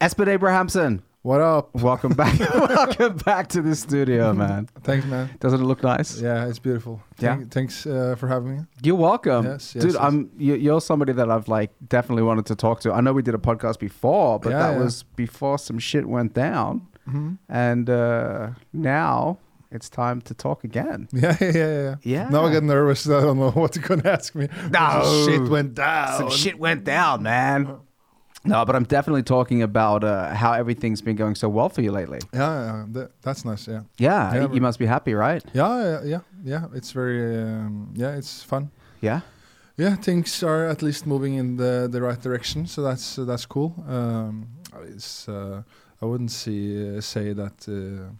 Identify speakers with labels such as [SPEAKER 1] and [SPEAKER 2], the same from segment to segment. [SPEAKER 1] Espen Abrahamson,
[SPEAKER 2] What up?
[SPEAKER 1] welcome back. welcome back to the studio, man.
[SPEAKER 2] Thanks, man.
[SPEAKER 1] Doesn't it look nice?
[SPEAKER 2] Yeah, it's beautiful.
[SPEAKER 1] Yeah.
[SPEAKER 2] Thank- thanks uh, for having me.
[SPEAKER 1] You're welcome,
[SPEAKER 2] Yes, yes,
[SPEAKER 1] dude.
[SPEAKER 2] yes.
[SPEAKER 1] I'm you, you're somebody that I've like definitely wanted to talk to. I know we did a podcast before, but
[SPEAKER 2] Yeah,
[SPEAKER 1] that
[SPEAKER 2] yeah.
[SPEAKER 1] was before some shit went down,
[SPEAKER 2] Mhm.
[SPEAKER 1] and uh, now it's time to talk again.
[SPEAKER 2] Yeah, yeah, yeah, yeah.
[SPEAKER 1] Yeah.
[SPEAKER 2] Now I get nervous. I don't know what you're gonna ask me.
[SPEAKER 1] No.
[SPEAKER 2] Some shit went down.
[SPEAKER 1] Some shit went down, man. No, but I'm definitely talking about uh, how everything's been going so well for you lately.
[SPEAKER 2] Yeah, yeah that, that's nice. Yeah.
[SPEAKER 1] Yeah,
[SPEAKER 2] Yeah,
[SPEAKER 1] you
[SPEAKER 2] but-
[SPEAKER 1] must be happy, right?
[SPEAKER 2] Yeah, yeah, yeah, yeah. It's very, um, yeah, it's fun.
[SPEAKER 1] Yeah.
[SPEAKER 2] Yeah, things are at least moving in the the right direction, so that's uh, that's cool. Um, it's uh, I wouldn't see, uh, say that uh,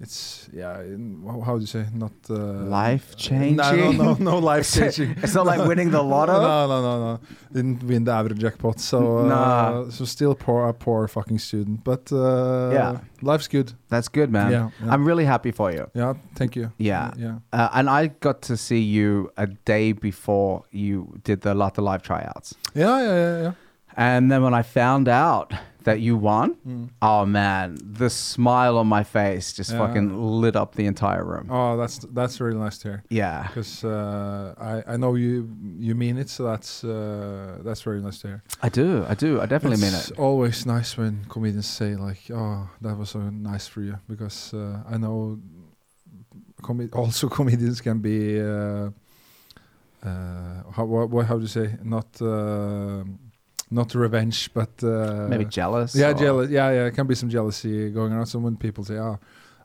[SPEAKER 2] it's yeah. In, how, how do you say not uh,
[SPEAKER 1] Life
[SPEAKER 2] No, no,
[SPEAKER 1] changing.
[SPEAKER 2] no, no life
[SPEAKER 1] It's,
[SPEAKER 2] changing.
[SPEAKER 1] not like winning the lotto.
[SPEAKER 2] No, no, no, no. Didn't win the average jackpot, so uh,
[SPEAKER 1] Nah.
[SPEAKER 2] so still poor, a poor fucking student. But uh,
[SPEAKER 1] Yeah.
[SPEAKER 2] life's good.
[SPEAKER 1] That's good, man.
[SPEAKER 2] Yeah, yeah.
[SPEAKER 1] I'm really happy for you.
[SPEAKER 2] Yeah, thank you.
[SPEAKER 1] Yeah.
[SPEAKER 2] yeah.
[SPEAKER 1] Uh, and I got to see you a day before you did the Lotta Live tryouts.
[SPEAKER 2] Yeah, yeah, yeah, yeah.
[SPEAKER 1] And then when I found out that you won,
[SPEAKER 2] Mm.
[SPEAKER 1] oh man, the smile on my face just
[SPEAKER 2] Yeah.
[SPEAKER 1] fucking lit up the entire room.
[SPEAKER 2] Oh, that's that's really nice to hear.
[SPEAKER 1] Yeah.
[SPEAKER 2] Because uh, I I know you you mean it, so that's uh, that's very nice to hear.
[SPEAKER 1] I do. I do. I definitely mean
[SPEAKER 2] it's
[SPEAKER 1] it.
[SPEAKER 2] always nice when comedians say like, "Oh, that was so nice for you," because uh, I know com- also comedians can be uh, uh, how what, what, how do you say not uh, not revenge, but uh,
[SPEAKER 1] Maybe jealous.
[SPEAKER 2] yeah,
[SPEAKER 1] or-
[SPEAKER 2] jealous. Yeah, yeah, it can be some jealousy going around. So when people say, "Oh,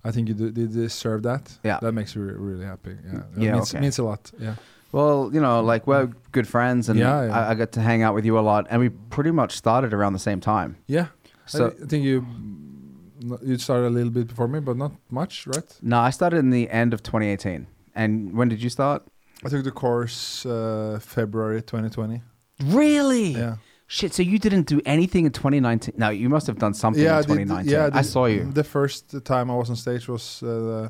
[SPEAKER 2] I think you d- did deserve that,"
[SPEAKER 1] Yeah.
[SPEAKER 2] that makes you re- really happy. Yeah,
[SPEAKER 1] Yeah,
[SPEAKER 2] it means,
[SPEAKER 1] okay.
[SPEAKER 2] means a lot. Yeah.
[SPEAKER 1] Well, you know, like we're good friends and
[SPEAKER 2] Yeah, yeah.
[SPEAKER 1] I, I got to hang out with you a lot. And we pretty much started around the same time.
[SPEAKER 2] Yeah.
[SPEAKER 1] So,
[SPEAKER 2] I, I think you mm, you started a little bit before me, but not much, right?
[SPEAKER 1] no, I started in the end of 2018. And when did you start?
[SPEAKER 2] I took the course uh, February 2020.
[SPEAKER 1] Really?
[SPEAKER 2] Yeah.
[SPEAKER 1] Shit, so you didn't do anything in 2019? No, you must have done something
[SPEAKER 2] yeah,
[SPEAKER 1] in 2019. I Mm.
[SPEAKER 2] the-
[SPEAKER 1] saw you.
[SPEAKER 2] The first time I was on stage was uh,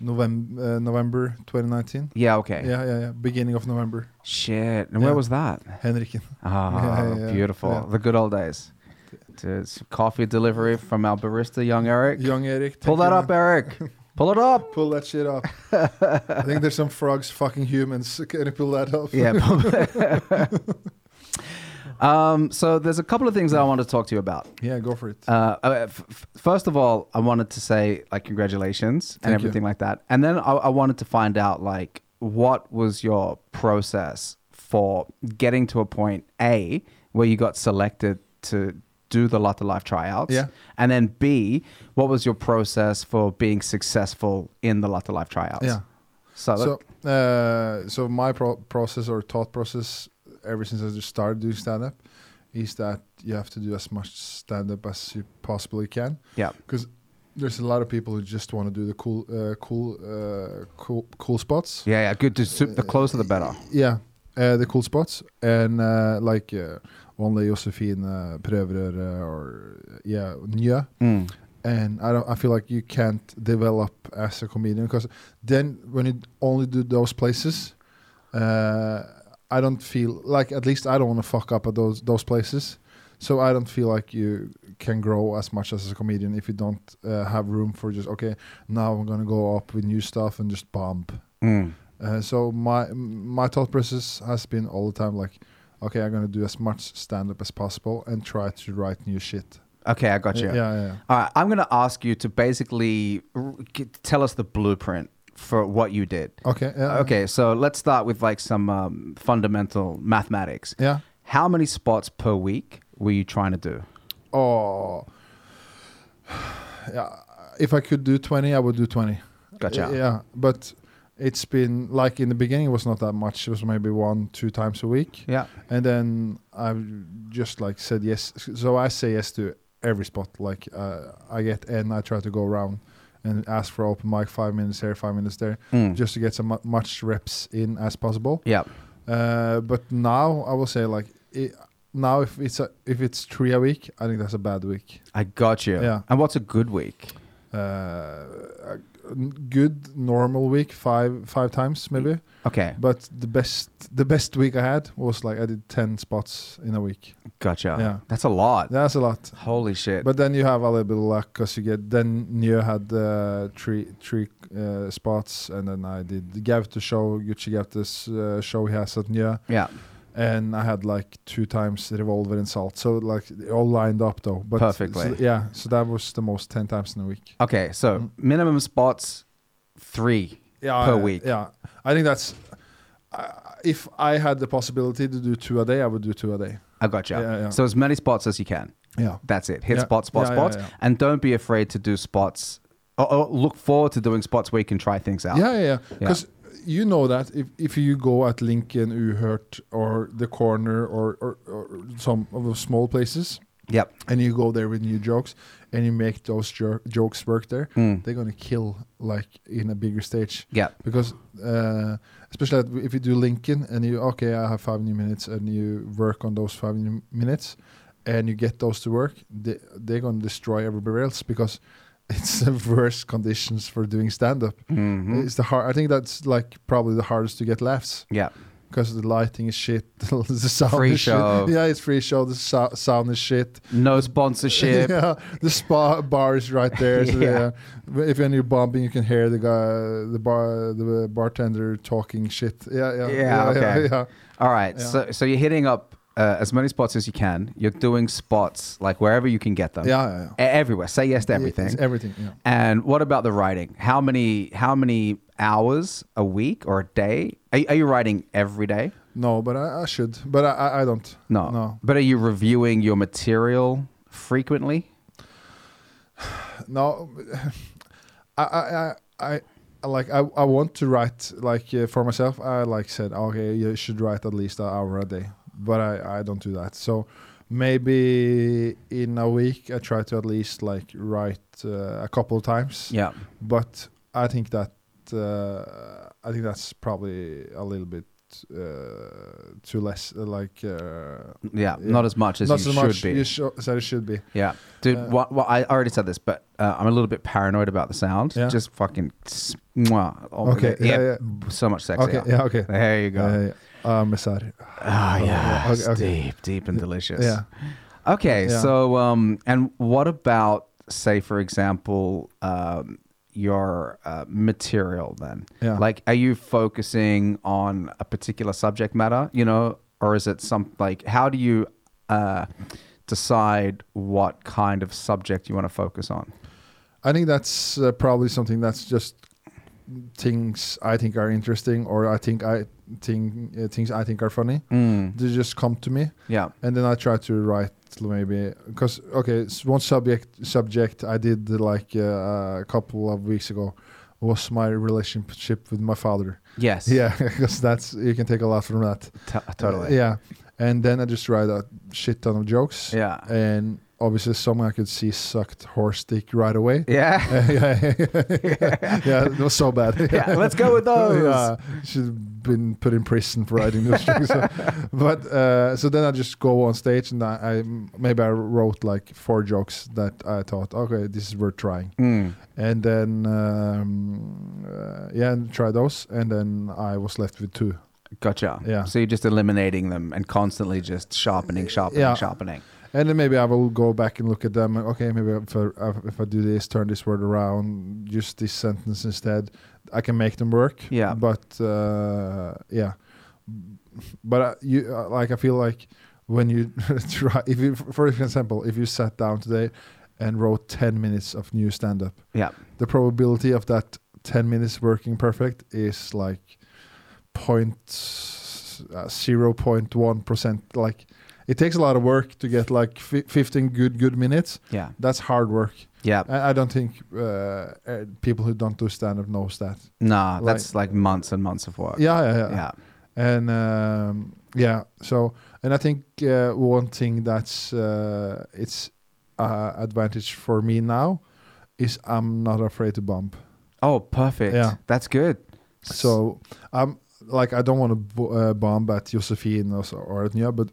[SPEAKER 2] November uh, November 2019.
[SPEAKER 1] yeah, okay.
[SPEAKER 2] Yeah, yeah, yeah. Beginning of November.
[SPEAKER 1] Shit. And
[SPEAKER 2] Yeah.
[SPEAKER 1] where was that?
[SPEAKER 2] Henriken.
[SPEAKER 1] Oh,
[SPEAKER 2] Yeah, yeah,
[SPEAKER 1] beautiful.
[SPEAKER 2] yeah.
[SPEAKER 1] The good old days. To some coffee delivery from our barista, young Eric.
[SPEAKER 2] Young Eric.
[SPEAKER 1] Pull
[SPEAKER 2] thank
[SPEAKER 1] that
[SPEAKER 2] you,
[SPEAKER 1] up,
[SPEAKER 2] man.
[SPEAKER 1] Eric. Pull it up.
[SPEAKER 2] Pull that shit up. I think there's some frogs fucking humans. Can you pull that up?
[SPEAKER 1] Yeah. pull- um, so there's a couple of things that I want to talk to you about.
[SPEAKER 2] Yeah, go for it.
[SPEAKER 1] Uh, uh, f- f- first of all, I wanted to say like congratulations and
[SPEAKER 2] Thank you.
[SPEAKER 1] everything like that, and then I, I wanted to find out like what was your process for getting to a point A where you got selected to do the Lotta Life tryouts,
[SPEAKER 2] Yeah.
[SPEAKER 1] and then B, what was your process for being successful in the Lotta Life tryouts?
[SPEAKER 2] yeah.
[SPEAKER 1] So,
[SPEAKER 2] So, uh, so my pro- process or thought process ever since I just started doing stand up is that you have to do as much stand up as you possibly can
[SPEAKER 1] yeah,
[SPEAKER 2] because there's a lot of people who just want to do the cool, uh, cool, uh, cool, cool spots.
[SPEAKER 1] yeah, yeah. Good. Just the closer the better.
[SPEAKER 2] Yeah, uh, the cool spots and uh, like uh, only Josefine uh, Prøverør uh, or yeah Nya
[SPEAKER 1] Mm.
[SPEAKER 2] and I don't. I feel like you can't develop as a comedian because then when you only do those places, uh, I don't feel like at least I don't want to fuck up at those those places. So I don't feel like you can grow as much as a comedian if you don't uh, have room for just okay. Now I'm gonna go up with new stuff and just bomb.
[SPEAKER 1] Mm.
[SPEAKER 2] Uh, so my my thought process has been all the time like, okay, I'm gonna do as much stand up as possible and try to write new shit.
[SPEAKER 1] Okay, I got you.
[SPEAKER 2] Yeah, yeah. yeah.
[SPEAKER 1] All right, I'm going to ask you to basically r- g- tell us the blueprint for what you did.
[SPEAKER 2] Okay. Yeah.
[SPEAKER 1] Okay, so let's start with like some um, fundamental mathematics.
[SPEAKER 2] Yeah.
[SPEAKER 1] How many spots per week were you trying to do?
[SPEAKER 2] Oh, yeah. If I could do 20, I would do 20.
[SPEAKER 1] Gotcha.
[SPEAKER 2] Yeah, but it's been like in the beginning, it was not that much. It was maybe one, two times a week,
[SPEAKER 1] Yeah.
[SPEAKER 2] and then I just like said yes. So I say yes to every spot. Like uh, I get and I try to go around and ask for open mic, five minutes here, five minutes there,
[SPEAKER 1] Mm.
[SPEAKER 2] just to get some mu- much reps in as possible.
[SPEAKER 1] yeah.
[SPEAKER 2] Uh, but now I will say like. It, now if it's a, if it's three a week, I think that's a bad week.
[SPEAKER 1] I got you.
[SPEAKER 2] Yeah.
[SPEAKER 1] And what's a good week?
[SPEAKER 2] Uh, n- good normal week five five times maybe.
[SPEAKER 1] Okay,
[SPEAKER 2] But the best the best week I had was like I did ten spots in a week.
[SPEAKER 1] gotcha.
[SPEAKER 2] Yeah.
[SPEAKER 1] That's a lot.
[SPEAKER 2] That's a lot.
[SPEAKER 1] Holy shit.
[SPEAKER 2] But then you have a little bit of luck because you get then Neo had uh, three three uh, spots, and then I did Gav to show Gucci Gav this uh, show he has at Neo,
[SPEAKER 1] yeah,
[SPEAKER 2] and I had like two times Revolver and Salt, so like it all lined up though. But
[SPEAKER 1] Perfectly.
[SPEAKER 2] so- yeah. So that was the most ten times in a week.
[SPEAKER 1] okay, so
[SPEAKER 2] Mm.
[SPEAKER 1] minimum spots three.
[SPEAKER 2] yeah,
[SPEAKER 1] per
[SPEAKER 2] I-
[SPEAKER 1] week.
[SPEAKER 2] Yeah, I think that's. I if I had the possibility to do two a day, I would do two a day.
[SPEAKER 1] I gotcha.
[SPEAKER 2] Yeah, yeah.
[SPEAKER 1] So as many spots as you can.
[SPEAKER 2] Yeah,
[SPEAKER 1] That's it. Hit
[SPEAKER 2] Yeah.
[SPEAKER 1] spot, spot,
[SPEAKER 2] Yeah, yeah,
[SPEAKER 1] spots,
[SPEAKER 2] yeah.
[SPEAKER 1] and don't be afraid to do spots. Or, or look forward to doing spots where you can try things out.
[SPEAKER 2] Yeah, yeah, yeah.
[SPEAKER 1] Yeah.
[SPEAKER 2] Because you know that if, if you go at Lincoln, Uhurt, or the corner, or, or, or some of the small places,
[SPEAKER 1] Yep.
[SPEAKER 2] and you go there with new jokes, and you make those jo- jokes work there,
[SPEAKER 1] Mm.
[SPEAKER 2] they're gonna kill like in a bigger stage.
[SPEAKER 1] Yep.
[SPEAKER 2] Because uh, especially at- if you do Lincoln and you okay, I have five new minutes, and you work on those five new minutes, and you get those to work, they, they're gonna destroy everybody else because it's the worst conditions for doing stand up.
[SPEAKER 1] Mhm.
[SPEAKER 2] It's the hard. I think that's like probably the hardest to get laughs
[SPEAKER 1] Yeah.
[SPEAKER 2] because the lighting is shit. the sound
[SPEAKER 1] Free
[SPEAKER 2] is
[SPEAKER 1] show.
[SPEAKER 2] Shit. Yeah, it's free show. The sou- sound is shit.
[SPEAKER 1] No sponsorship.
[SPEAKER 2] yeah, the spa bar is right there. So
[SPEAKER 1] Yeah.
[SPEAKER 2] yeah. if when you're bumping, you can hear the guy, the bar, the bartender talking shit. Yeah, yeah,
[SPEAKER 1] Yeah, okay.
[SPEAKER 2] yeah, yeah.
[SPEAKER 1] All right.
[SPEAKER 2] Yeah.
[SPEAKER 1] So so you're hitting up uh, as many spots as you can. You're doing spots like wherever you can get them.
[SPEAKER 2] Yeah, yeah, yeah.
[SPEAKER 1] E- everywhere. Say yes to everything.
[SPEAKER 2] It's everything. Yeah.
[SPEAKER 1] and what about the writing? How many how many hours a week or a day? Are, are you writing every day?
[SPEAKER 2] No, but I, I should, but I, I, I don't.
[SPEAKER 1] No.
[SPEAKER 2] no,
[SPEAKER 1] But are you reviewing your material frequently?
[SPEAKER 2] no I, I i i I like I, I want to write like uh, for myself i like said okay you should write at least an hour a day but i i don't do that so maybe in a week i try to at least like write uh, a couple of times
[SPEAKER 1] Yeah.
[SPEAKER 2] but i think that uh, i think that's probably a little bit uh, too less uh, like uh,
[SPEAKER 1] Yeah.
[SPEAKER 2] Yeah.
[SPEAKER 1] Not as much as
[SPEAKER 2] not
[SPEAKER 1] you
[SPEAKER 2] so
[SPEAKER 1] should
[SPEAKER 2] much
[SPEAKER 1] be.
[SPEAKER 2] you sho- as it should be
[SPEAKER 1] yeah. Dude,
[SPEAKER 2] Uh,
[SPEAKER 1] what, what, I already said this, but uh, I'm a little bit paranoid about the sound.
[SPEAKER 2] Yeah.
[SPEAKER 1] Just fucking. s- mwah. Oh,
[SPEAKER 2] Okay,
[SPEAKER 1] Yeah,
[SPEAKER 2] yeah,
[SPEAKER 1] So much sexier.
[SPEAKER 2] okay yeah okay
[SPEAKER 1] There you go.
[SPEAKER 2] uh, I'm sorry.
[SPEAKER 1] Ah,
[SPEAKER 2] Oh,
[SPEAKER 1] yeah,
[SPEAKER 2] okay,
[SPEAKER 1] it's
[SPEAKER 2] okay.
[SPEAKER 1] deep, deep and delicious.
[SPEAKER 2] Yeah.
[SPEAKER 1] Okay,
[SPEAKER 2] Yeah.
[SPEAKER 1] so um, and what about say for example, um, your uh, material then?
[SPEAKER 2] Yeah.
[SPEAKER 1] Like, are you focusing on a particular subject matter? You know, or is it some like how do you uh, decide what kind of subject you want to focus on?
[SPEAKER 2] I think that's uh, probably something that's just things I think are interesting or I think I think uh, things I think are funny.
[SPEAKER 1] Mm.
[SPEAKER 2] They just come to me,
[SPEAKER 1] Yeah.
[SPEAKER 2] and then I try to write maybe because okay, s- one subject subject I did uh, like uh, a couple of weeks ago was my relationship with my father.
[SPEAKER 1] Yes.
[SPEAKER 2] Yeah, because that's you can take a lot from that.
[SPEAKER 1] T- totally.
[SPEAKER 2] yeah, and then I just write a shit ton of jokes.
[SPEAKER 1] Yeah.
[SPEAKER 2] and obviously someone I could see sucked horse dick right away.
[SPEAKER 1] Yeah.
[SPEAKER 2] yeah, yeah, yeah, it was so bad.
[SPEAKER 1] Yeah, let's go with those.
[SPEAKER 2] Yeah, she's been put in prison for writing those jokes. So- but uh, so then I just go on stage and I, I maybe I wrote like four jokes that I thought, okay, this is worth trying,
[SPEAKER 1] Mm.
[SPEAKER 2] and then um, uh, yeah, and try those, and then I was left with two.
[SPEAKER 1] Gotcha.
[SPEAKER 2] Yeah.
[SPEAKER 1] So you're just eliminating them and constantly just sharpening, sharpening,
[SPEAKER 2] Yeah.
[SPEAKER 1] sharpening.
[SPEAKER 2] And then maybe I will go back and look at them. Okay, maybe if I, if I do this, turn this word around, use this sentence instead, I can make them work.
[SPEAKER 1] Yeah.
[SPEAKER 2] But uh, yeah, but uh, you uh, like I feel like when you try, if you for example, if you sat down today and wrote ten minutes of new stand up,
[SPEAKER 1] Yeah.
[SPEAKER 2] the probability of that ten minutes working perfect is like point uh, zero point one percent. Like it takes a lot of work to get like fi- fifteen good good minutes.
[SPEAKER 1] Yeah.
[SPEAKER 2] That's hard work.
[SPEAKER 1] Yeah.
[SPEAKER 2] I, I don't think uh, uh, people who don't do stand up knows that.
[SPEAKER 1] Nah,
[SPEAKER 2] Like-
[SPEAKER 1] that's like months and months of work.
[SPEAKER 2] Yeah, yeah, yeah.
[SPEAKER 1] Yeah.
[SPEAKER 2] And um, yeah, so and I think uh, one thing that's uh, it's uh, advantage for me now is I'm not afraid to bump.
[SPEAKER 1] Oh, perfect.
[SPEAKER 2] Yeah.
[SPEAKER 1] That's good.
[SPEAKER 2] So I'm like I don't want to b- uh, bomb at Josephine or, so- or at Nya, but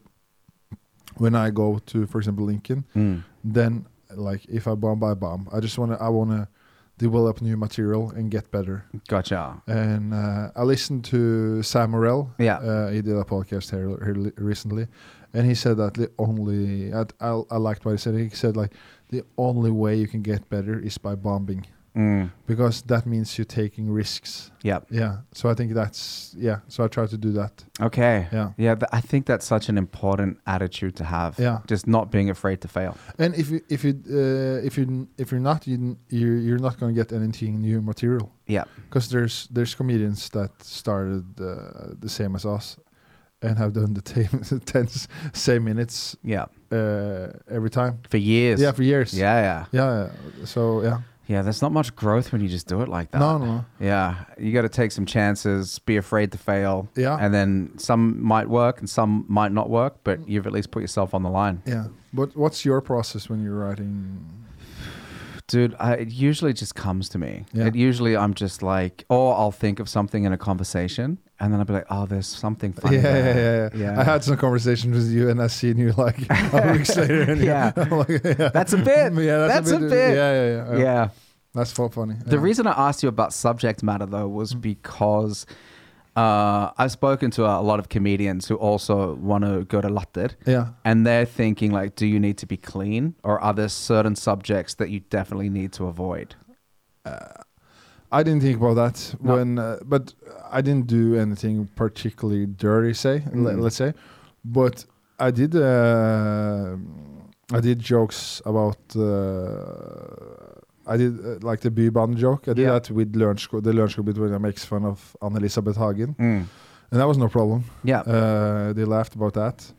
[SPEAKER 2] when I go to, for example, Lincoln,
[SPEAKER 1] Mm.
[SPEAKER 2] then like if I bomb, I bomb. I just wanna I wanna develop new material and get better.
[SPEAKER 1] Gotcha.
[SPEAKER 2] And uh, I listened to Sam Morrell.
[SPEAKER 1] Yeah.
[SPEAKER 2] Uh, he did a podcast here, here recently, and he said that the only I, I I liked what he said. He said like the only way you can get better is by bombing
[SPEAKER 1] Mm.
[SPEAKER 2] because that means you're taking risks.
[SPEAKER 1] Yep.
[SPEAKER 2] Yeah. So I think that's yeah. So I try to do that.
[SPEAKER 1] Okay.
[SPEAKER 2] Yeah.
[SPEAKER 1] Yeah, th- I think that's such an important attitude to have.
[SPEAKER 2] Yeah.
[SPEAKER 1] Just not being afraid to fail.
[SPEAKER 2] And if you if you uh, if you if you're not you you're, you're not going to get anything new material.
[SPEAKER 1] Yeah.
[SPEAKER 2] Because there's there's comedians that started uh, the same as us, and have done the ten, ten s- same minutes
[SPEAKER 1] Yeah.
[SPEAKER 2] uh, every time.
[SPEAKER 1] For years.
[SPEAKER 2] Yeah, for years.
[SPEAKER 1] Yeah, yeah.
[SPEAKER 2] Yeah. So yeah.
[SPEAKER 1] Yeah, there's not much growth when you just do it like that.
[SPEAKER 2] No, no. no.
[SPEAKER 1] Yeah. You got to take some chances, be afraid to fail.
[SPEAKER 2] Yeah.
[SPEAKER 1] And then some might work and some might not work, but you've at least put yourself on the line.
[SPEAKER 2] yeah. But what's your process when you're writing?
[SPEAKER 1] Dude, I, it usually just comes to me.
[SPEAKER 2] Yeah.
[SPEAKER 1] It usually I'm just like, or I'll think of something in a conversation and then I'll be like, oh, there's something
[SPEAKER 2] Yeah,
[SPEAKER 1] funny.
[SPEAKER 2] yeah,
[SPEAKER 1] there.
[SPEAKER 2] yeah, yeah,
[SPEAKER 1] Yeah.
[SPEAKER 2] I had some conversations with you, and I seen you like a week later. And
[SPEAKER 1] Yeah.
[SPEAKER 2] you're like, yeah.
[SPEAKER 1] That's a bit.
[SPEAKER 2] Yeah, that's, a bit. Yeah, yeah, yeah.
[SPEAKER 1] Yeah. yeah.
[SPEAKER 2] That's so funny.
[SPEAKER 1] The
[SPEAKER 2] yeah. Mm.
[SPEAKER 1] reason I asked you about subject matter though was because uh, I've spoken to a lot of comedians who also want to go to Latter
[SPEAKER 2] Yeah.
[SPEAKER 1] and they're thinking like, do you need to be clean or are there certain subjects that you definitely need to avoid?
[SPEAKER 2] I didn't think about that
[SPEAKER 1] No.
[SPEAKER 2] when, uh, but I didn't do anything particularly dirty. Say, le-
[SPEAKER 1] Mm.
[SPEAKER 2] let's say, but I did. Uh, I did jokes about. Uh, I did uh, like the Bybanen joke. I did
[SPEAKER 1] Yeah.
[SPEAKER 2] that with Lørenskog, the Lørenskog bit when I makes fun of Anne Elisabeth Hagen, and that was no problem.
[SPEAKER 1] Yeah.
[SPEAKER 2] Uh, they laughed about that,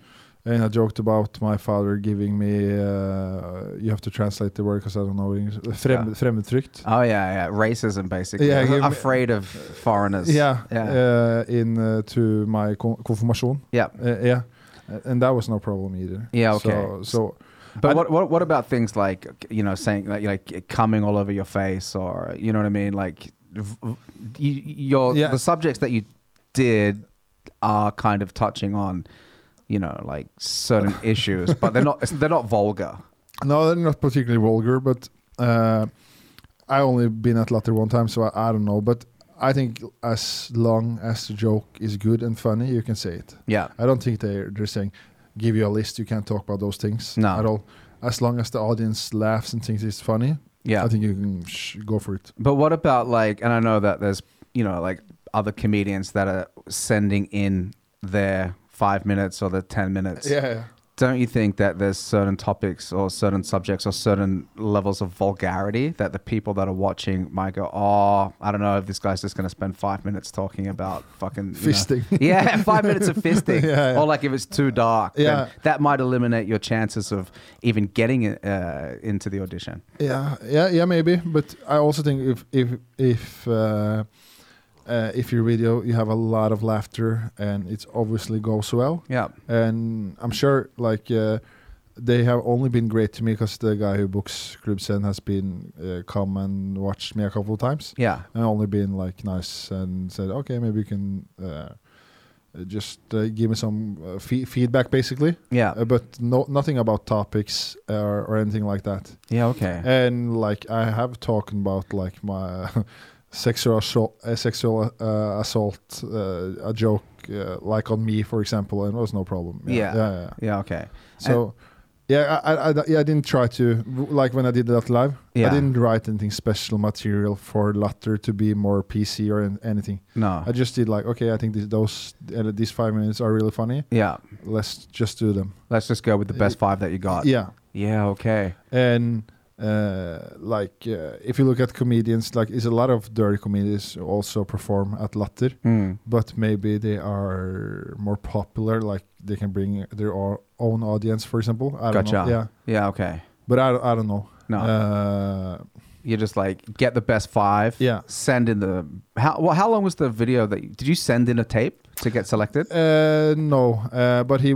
[SPEAKER 2] and I joked about my father giving me. Uh, you have to translate the word because I don't know English. uh, Frem-
[SPEAKER 1] Yeah.
[SPEAKER 2] Fremmedfrykt.
[SPEAKER 1] Oh yeah, yeah. Racism basically.
[SPEAKER 2] Yeah, you-
[SPEAKER 1] afraid of foreigners.
[SPEAKER 2] Yeah,
[SPEAKER 1] Yeah.
[SPEAKER 2] Uh, in uh, to my con- confirmation.
[SPEAKER 1] Yeah.
[SPEAKER 2] Uh, yeah, Uh, and that was no problem either.
[SPEAKER 1] Yeah,
[SPEAKER 2] So,
[SPEAKER 1] okay.
[SPEAKER 2] so
[SPEAKER 1] But
[SPEAKER 2] I'd-
[SPEAKER 1] what, what what about things like you know saying like like coming all over your face or you know what I mean like v- v- you, your
[SPEAKER 2] Yeah.
[SPEAKER 1] the subjects that you did are kind of touching on you know like certain issues but they're not they're not vulgar.
[SPEAKER 2] no, they're not particularly vulgar, but uh, I only been at Latter one time, so I, I don't know. But I think as long as the joke is good and funny, you can say it.
[SPEAKER 1] Yeah.
[SPEAKER 2] I don't think they're they're saying give you a list. You can't talk about those things
[SPEAKER 1] No.
[SPEAKER 2] at all. As long as the audience laughs and thinks it's funny,
[SPEAKER 1] Yeah.
[SPEAKER 2] I think you can sh- go for it.
[SPEAKER 1] But what about like, and I know that there's, you know, like other comedians that are sending in their five minutes or the 10 minutes.
[SPEAKER 2] Yeah.
[SPEAKER 1] Don't you think that there's certain topics or certain subjects or certain levels of vulgarity that the people that are watching might go, oh, I don't know if this guy's just going to spend five minutes talking about fucking you know."
[SPEAKER 2] Fisting.
[SPEAKER 1] Yeah, five minutes of fisting.
[SPEAKER 2] Yeah, yeah.
[SPEAKER 1] Or like if it's too dark,
[SPEAKER 2] Yeah.
[SPEAKER 1] then that might eliminate your chances of even getting uh, into the audition.
[SPEAKER 2] Yeah, yeah, yeah, maybe. But I also think if if if uh, uh, if your video you have a lot of laughter and it obviously goes well,
[SPEAKER 1] Yeah.
[SPEAKER 2] and I'm sure like uh, they have only been great to me because the guy who books Club Sen has been uh, come and watched me a couple of times
[SPEAKER 1] Yeah.
[SPEAKER 2] and only been like nice and said okay maybe you can uh, just uh, give me some uh, fe- feedback basically,
[SPEAKER 1] Yeah.
[SPEAKER 2] uh, but no nothing about topics or, or anything like that
[SPEAKER 1] Yeah. Okay.
[SPEAKER 2] and like I have talked about like my sexual assault, uh, sexual uh, assault, uh, a joke uh, like on me, for example, and it was no problem.
[SPEAKER 1] Yeah.
[SPEAKER 2] yeah. yeah.
[SPEAKER 1] Yeah. Okay.
[SPEAKER 2] So. yeah, I, I, I- yeah, I didn't try to like when I did that live.
[SPEAKER 1] Yeah.
[SPEAKER 2] I didn't write anything special material for Latter to be more PC or an- anything.
[SPEAKER 1] No.
[SPEAKER 2] I just did like, okay, I think these those uh, these five minutes are really funny.
[SPEAKER 1] yeah.
[SPEAKER 2] Let's just do them.
[SPEAKER 1] Let's just go with the best five that you got.
[SPEAKER 2] Uh, Yeah,
[SPEAKER 1] Yeah. Okay.
[SPEAKER 2] and uh, like uh, if you look at comedians like is a lot of dirty comedians who also perform at latter
[SPEAKER 1] Mm.
[SPEAKER 2] but maybe they are more popular like they can bring their o- own audience for example i don't
[SPEAKER 1] Gotcha. Ah.
[SPEAKER 2] know yeah
[SPEAKER 1] Yeah. Okay.
[SPEAKER 2] but i, I don't know
[SPEAKER 1] No.
[SPEAKER 2] uh,
[SPEAKER 1] you just like get the best five.
[SPEAKER 2] Yeah.
[SPEAKER 1] Send in the how. Well, how long was the video that you, did you send in a tape to get selected?
[SPEAKER 2] uh no uh but he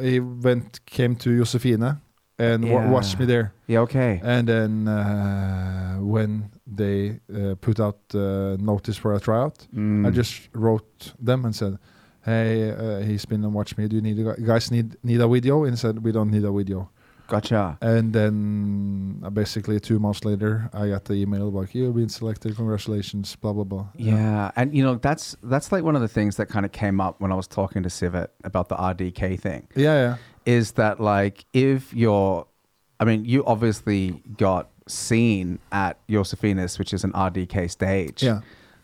[SPEAKER 2] he went came to josefina and wa-
[SPEAKER 1] Yeah.
[SPEAKER 2] watched me there
[SPEAKER 1] Yeah. Okay.
[SPEAKER 2] and then uh when they uh, put out the notice for a tryout
[SPEAKER 1] Mm.
[SPEAKER 2] I just wrote them and said, "Hey, uh, he's been and watched me. Do you need a, gu- guys need need a video?" And said, "We don't need a video."
[SPEAKER 1] Gotcha.
[SPEAKER 2] And then uh, basically two months later, I got the email like, "You've been selected. Congratulations." Blah blah blah.
[SPEAKER 1] Yeah. and you know that's that's like one of the things that kind of came up when I was talking to Civet about the RDK thing.
[SPEAKER 2] Yeah, yeah.
[SPEAKER 1] Is that like if you're, I mean, you obviously got seen at Josephinus, which is an RDK stage.
[SPEAKER 2] Yeah.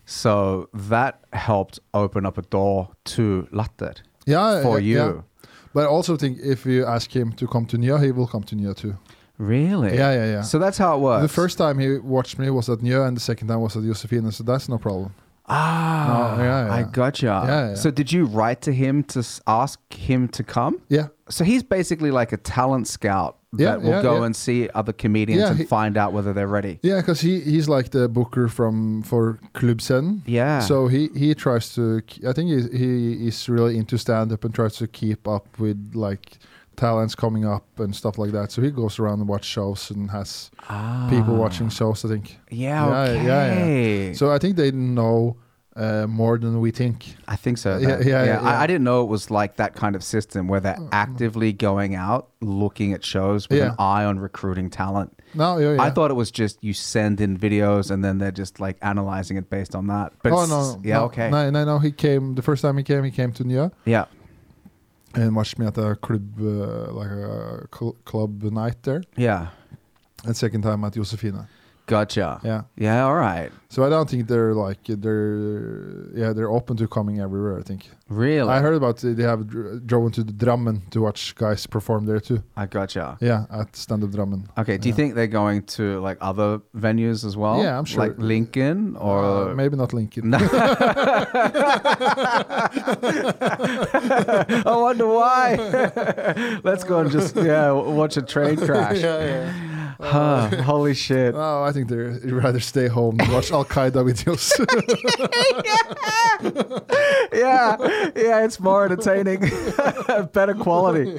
[SPEAKER 1] So that helped open up a door to Latter
[SPEAKER 2] Yeah,
[SPEAKER 1] for
[SPEAKER 2] Oh, yeah,
[SPEAKER 1] you.
[SPEAKER 2] yeah. But I also think if you ask him to come to Nya, he will come to Nya too.
[SPEAKER 1] Really?
[SPEAKER 2] Yeah, yeah, yeah.
[SPEAKER 1] So that's how it works.
[SPEAKER 2] the first time he watched me was at Nya, and the second time was at Josefina, so that's no problem.
[SPEAKER 1] Ah,
[SPEAKER 2] Oh, yeah,
[SPEAKER 1] I
[SPEAKER 2] yeah.
[SPEAKER 1] gotcha.
[SPEAKER 2] Yeah, yeah.
[SPEAKER 1] So did you write to him to s- ask him to come?
[SPEAKER 2] Yeah,
[SPEAKER 1] So he's basically like a talent scout
[SPEAKER 2] Yeah,
[SPEAKER 1] that will
[SPEAKER 2] yeah,
[SPEAKER 1] go
[SPEAKER 2] yeah.
[SPEAKER 1] and see other comedians
[SPEAKER 2] Yeah,
[SPEAKER 1] and
[SPEAKER 2] he-
[SPEAKER 1] find out whether they're ready.
[SPEAKER 2] yeah, because he, he's like the booker from for Club Sen.
[SPEAKER 1] Yeah.
[SPEAKER 2] So he, he tries to. k- I think he he is really into stand up and tries to keep up with like talents coming up and stuff like that. So he goes around and watches shows and has
[SPEAKER 1] Ah.
[SPEAKER 2] people watching shows. I think.
[SPEAKER 1] Yeah.
[SPEAKER 2] Yeah, yeah,
[SPEAKER 1] Okay.
[SPEAKER 2] yeah. So I think they know uh, more than we think.
[SPEAKER 1] I think so.
[SPEAKER 2] Yeah,
[SPEAKER 1] though.
[SPEAKER 2] yeah, yeah. Mm.
[SPEAKER 1] I, I didn't know it was like that kind of system where they're actively going out looking at shows with
[SPEAKER 2] Yeah.
[SPEAKER 1] an eye on recruiting talent.
[SPEAKER 2] No, yeah, yeah.
[SPEAKER 1] I thought it was just you send in videos and then they're just like analyzing it based on that. But
[SPEAKER 2] oh
[SPEAKER 1] s-
[SPEAKER 2] no,
[SPEAKER 1] yeah,
[SPEAKER 2] no,
[SPEAKER 1] okay,
[SPEAKER 2] No, no, no. He came the first time he came. He came to Nya
[SPEAKER 1] yeah,
[SPEAKER 2] and watched me at a club, uh, like a cl- club night there.
[SPEAKER 1] yeah,
[SPEAKER 2] And second time at Josefina.
[SPEAKER 1] gotcha.
[SPEAKER 2] Yeah.
[SPEAKER 1] Yeah, all right,
[SPEAKER 2] So I don't think they're like they're yeah they're open to coming everywhere. I think
[SPEAKER 1] really,
[SPEAKER 2] I heard about they have dr- driven to Drammen to watch guys perform there too.
[SPEAKER 1] I gotcha.
[SPEAKER 2] Yeah, at stand up Drammen.
[SPEAKER 1] Okay, do you
[SPEAKER 2] Yeah.
[SPEAKER 1] think they're going to like other venues as well?
[SPEAKER 2] Yeah, I'm sure.
[SPEAKER 1] Like Lincoln or
[SPEAKER 2] Uh, maybe not Lincoln.
[SPEAKER 1] No.
[SPEAKER 2] Uh,
[SPEAKER 1] I wonder why. Let's go and just yeah w- watch a train crash.
[SPEAKER 2] yeah, yeah.
[SPEAKER 1] Huh, holy shit.
[SPEAKER 2] No, I think they're they'd rather stay home and watch Al Qaeda videos.
[SPEAKER 1] yeah, yeah, it's more entertaining, better quality.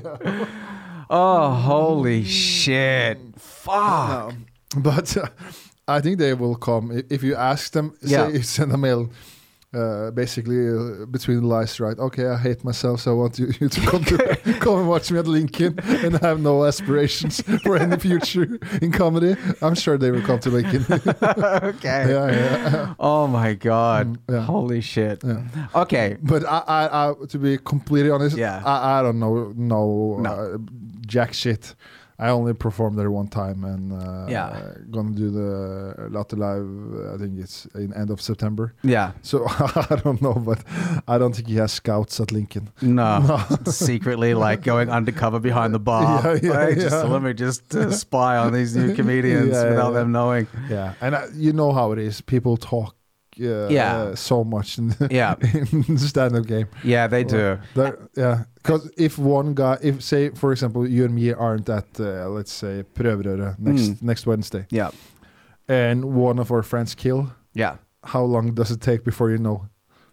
[SPEAKER 1] Oh, holy shit! Fuck.
[SPEAKER 2] but uh, I think they will come I- if you ask them. Say
[SPEAKER 1] Yeah.
[SPEAKER 2] you send a mail, uh, basically uh, between lies, right? Okay, I hate myself, so I want you, you to come to, come and watch me at Lincoln, and I have no aspirations for any future in comedy. I'm sure they will come to Lincoln.
[SPEAKER 1] okay.
[SPEAKER 2] yeah, yeah,
[SPEAKER 1] Oh my god.
[SPEAKER 2] Mm, yeah.
[SPEAKER 1] Holy shit.
[SPEAKER 2] yeah.
[SPEAKER 1] Okay.
[SPEAKER 2] But I, I, I, to be completely honest,
[SPEAKER 1] Yeah.
[SPEAKER 2] I, I don't know, no,
[SPEAKER 1] No.
[SPEAKER 2] Uh, jack shit. I only performed there one time, and uh,
[SPEAKER 1] Yeah.
[SPEAKER 2] gonna do the Latte Live. I think it's in end of September.
[SPEAKER 1] Yeah.
[SPEAKER 2] So I don't know, but I don't think he has scouts at Lincoln.
[SPEAKER 1] No, secretly like going undercover behind the bar.
[SPEAKER 2] Yeah, yeah,
[SPEAKER 1] Like, just
[SPEAKER 2] yeah.
[SPEAKER 1] let me just uh, spy on these new comedians
[SPEAKER 2] Yeah, yeah,
[SPEAKER 1] without
[SPEAKER 2] yeah.
[SPEAKER 1] them knowing.
[SPEAKER 2] Yeah, and I, you know how it is. People talk. Uh,
[SPEAKER 1] Yeah.
[SPEAKER 2] so much in the,
[SPEAKER 1] Yeah.
[SPEAKER 2] in the stand-up game.
[SPEAKER 1] Yeah, they do.
[SPEAKER 2] There- yeah, because if one guy, if say for example, you and me aren't at uh, let's say Prøverøret next
[SPEAKER 1] Mm.
[SPEAKER 2] next Wednesday,
[SPEAKER 1] Yeah,
[SPEAKER 2] and one of our friends kill,
[SPEAKER 1] yeah.
[SPEAKER 2] how long does it take before you know?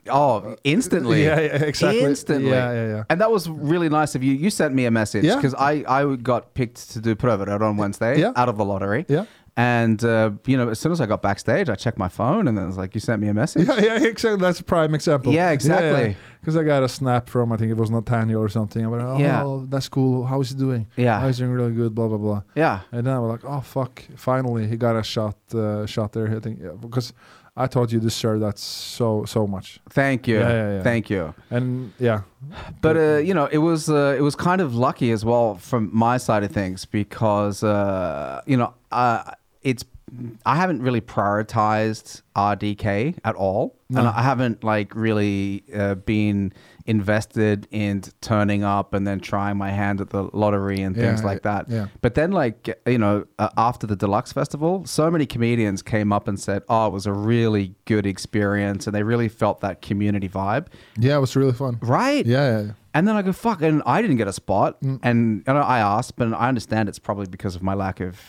[SPEAKER 1] Oh, instantly.
[SPEAKER 2] Yeah, yeah, exactly.
[SPEAKER 1] Instantly.
[SPEAKER 2] Yeah, yeah, yeah.
[SPEAKER 1] And that was really nice of you. You sent me a message
[SPEAKER 2] Yeah.
[SPEAKER 1] because I, I got picked to do Proverad on Wednesday
[SPEAKER 2] Yeah.
[SPEAKER 1] out of the lottery.
[SPEAKER 2] Yeah.
[SPEAKER 1] And, uh, you know, as soon as I got backstage, I checked my phone and then it was like, you sent me a message.
[SPEAKER 2] Yeah, yeah, exactly. That's a prime example.
[SPEAKER 1] Yeah, exactly.
[SPEAKER 2] Because I got a snap from, I think it was Nathaniel or something. I'm like, oh,
[SPEAKER 1] Yeah.
[SPEAKER 2] that's cool. How's he doing?
[SPEAKER 1] Yeah.
[SPEAKER 2] Oh, he's doing really good, blah, blah, blah.
[SPEAKER 1] Yeah.
[SPEAKER 2] And then I was like, oh, fuck. Finally, he got a shot uh, shot there. I think, yeah, because I thought you deserve that so, so much.
[SPEAKER 1] Thank you.
[SPEAKER 2] Yeah, yeah, yeah.
[SPEAKER 1] Thank you.
[SPEAKER 2] And yeah.
[SPEAKER 1] But uh, you know, it was uh, it was kind of lucky as well from my side of things because uh, you know uh, it's I haven't really prioritized RDK at all, and I haven't like really uh, been invested in turning up and then trying my hand at the lottery and
[SPEAKER 2] Yeah,
[SPEAKER 1] things like
[SPEAKER 2] yeah,
[SPEAKER 1] that.
[SPEAKER 2] yeah.
[SPEAKER 1] But then, like you know, uh, after the Deluxe Festival, so many comedians came up and said, "Oh, it was a really good experience," and they really felt that community vibe,
[SPEAKER 2] Yeah, it was really fun.
[SPEAKER 1] right?
[SPEAKER 2] Yeah, yeah,
[SPEAKER 1] And then I go, fuck, and I didn't get a spot.
[SPEAKER 2] Mm.
[SPEAKER 1] And, and I asked, but I understand it's probably because of my lack of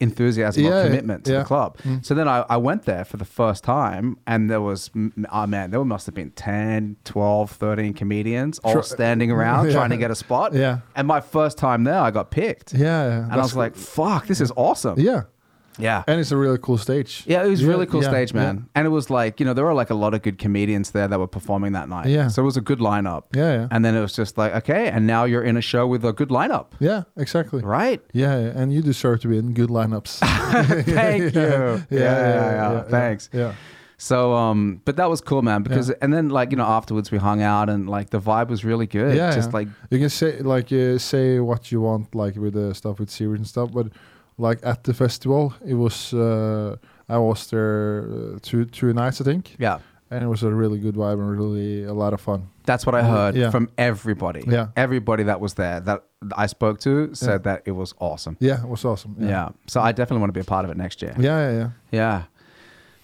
[SPEAKER 1] enthusiasm
[SPEAKER 2] Yeah,
[SPEAKER 1] or commitment to
[SPEAKER 2] yeah. Mm.
[SPEAKER 1] the club. So then I, I went there for the first time, and there was, mm, oh man, there must have been 10, 12, 13 comedians all
[SPEAKER 2] Sure.
[SPEAKER 1] standing around
[SPEAKER 2] Yeah.
[SPEAKER 1] trying to get a spot.
[SPEAKER 2] Yeah.
[SPEAKER 1] And my first time there, I got picked.
[SPEAKER 2] yeah. yeah.
[SPEAKER 1] And I was like, fuck, this is awesome.
[SPEAKER 2] yeah.
[SPEAKER 1] Yeah.
[SPEAKER 2] and it's a really cool stage.
[SPEAKER 1] Yeah, it was
[SPEAKER 2] Yeah,
[SPEAKER 1] really cool
[SPEAKER 2] yeah,
[SPEAKER 1] stage,
[SPEAKER 2] yeah.
[SPEAKER 1] man. And it was like, you know, there were like a lot of good comedians there that were performing that night.
[SPEAKER 2] Yeah.
[SPEAKER 1] So it was a good lineup.
[SPEAKER 2] Yeah, yeah,
[SPEAKER 1] And then it was just like, okay, and now you're in a show with a good lineup,
[SPEAKER 2] yeah, exactly.
[SPEAKER 1] right?
[SPEAKER 2] Yeah, yeah, and you deserve to be in good lineups.
[SPEAKER 1] Thank you. Yeah, yeah, yeah. Thanks.
[SPEAKER 2] Yeah,
[SPEAKER 1] So, um, but that was cool, man. Because and then like you know afterwards we hung out and like the vibe was really good.
[SPEAKER 2] Yeah,
[SPEAKER 1] just
[SPEAKER 2] yeah.
[SPEAKER 1] like
[SPEAKER 2] you can say like uh, say what you want, like with the stuff with series and stuff, but like at the festival, it was uh, I was there uh, two two nights, I think,
[SPEAKER 1] yeah,
[SPEAKER 2] and it was a really good vibe and really a lot of fun.
[SPEAKER 1] that's what I
[SPEAKER 2] Yeah,
[SPEAKER 1] heard
[SPEAKER 2] yeah.
[SPEAKER 1] from everybody.
[SPEAKER 2] Yeah.
[SPEAKER 1] everybody that was there that I spoke to said that it was awesome.
[SPEAKER 2] Yeah, it was awesome.
[SPEAKER 1] Yeah. so I definitely want to be a part of it next year.
[SPEAKER 2] yeah, yeah, yeah.
[SPEAKER 1] Yeah.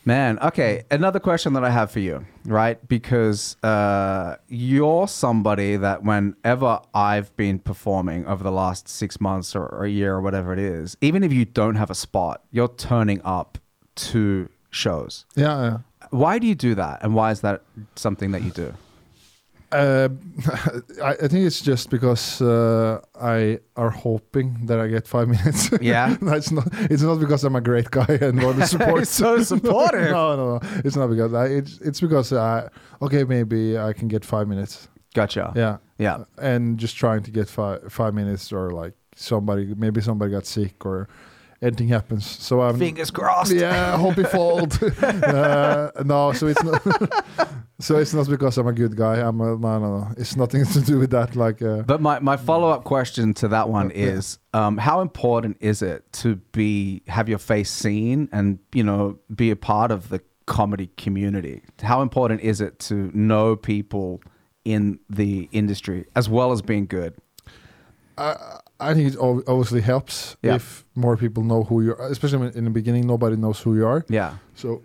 [SPEAKER 1] Man, okay. Another question that I have for you, right? Because uh, you're somebody that whenever I've been performing over the last six months or, or a year or whatever it is, even if you don't have a spot, you're turning up to shows.
[SPEAKER 2] yeah. yeah.
[SPEAKER 1] Why do you do that? And why is that something that you do?
[SPEAKER 2] Uh, I, I think it's just because uh, I are hoping that I get five minutes.
[SPEAKER 1] Yeah.
[SPEAKER 2] that's not. It's not because I'm a great guy and want to support.
[SPEAKER 1] It's so supportive.
[SPEAKER 2] no, no, no. It's not because I. It's, it's because I. Okay, maybe I can get five minutes.
[SPEAKER 1] Gotcha.
[SPEAKER 2] Yeah,
[SPEAKER 1] Yeah.
[SPEAKER 2] and just trying to get five five minutes or like somebody. Maybe somebody got sick or anything happens. So I'm.
[SPEAKER 1] Fingers crossed.
[SPEAKER 2] Yeah, hope you fold. uh, no, so it's not. so it's not because I'm a good guy. I'm a, no, no, no. It's nothing to do with that. Like, uh,
[SPEAKER 1] But my, my follow up question to that one
[SPEAKER 2] Yeah.
[SPEAKER 1] is um, how important is it to be have your face seen and you know be a part of the comedy community? How important is it to know people in the industry as well as being good?
[SPEAKER 2] I, I think it ob- obviously helps
[SPEAKER 1] Yeah.
[SPEAKER 2] if more people know who you are. Especially when- in the beginning, nobody knows who you are.
[SPEAKER 1] Yeah,
[SPEAKER 2] So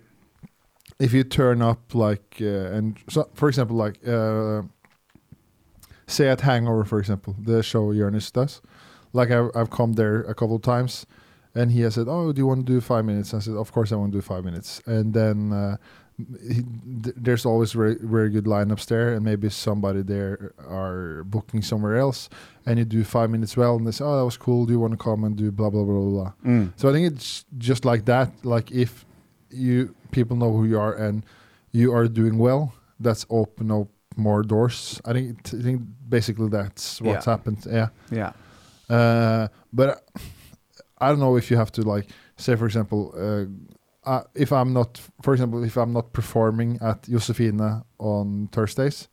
[SPEAKER 2] if you turn up like, uh, and so, for example, like, uh, say at Hangover, for example, the show Jonas does. Like I, I've come there a couple of times, and he has said, "Oh, do you want to do five minutes?" I said, "Of course, I want to do five minutes." And then uh, he, th- there's always very, very good lineups there, and maybe somebody there are booking somewhere else, and you do five minutes well, and they say, "Oh, that was cool. Do you want to come and do blah blah blah blah?" blah.
[SPEAKER 1] Mm.
[SPEAKER 2] So I think it's just like that. Like if you people know who you are and you are doing well, that's open up more doors. I think I think basically that's what's
[SPEAKER 1] Yeah.
[SPEAKER 2] happened. Yeah.
[SPEAKER 1] yeah,
[SPEAKER 2] Uh, but I don't know if you have to like say for example. Uh, uh, if I'm not, for example, if I'm not performing at Josefina on Thursdays,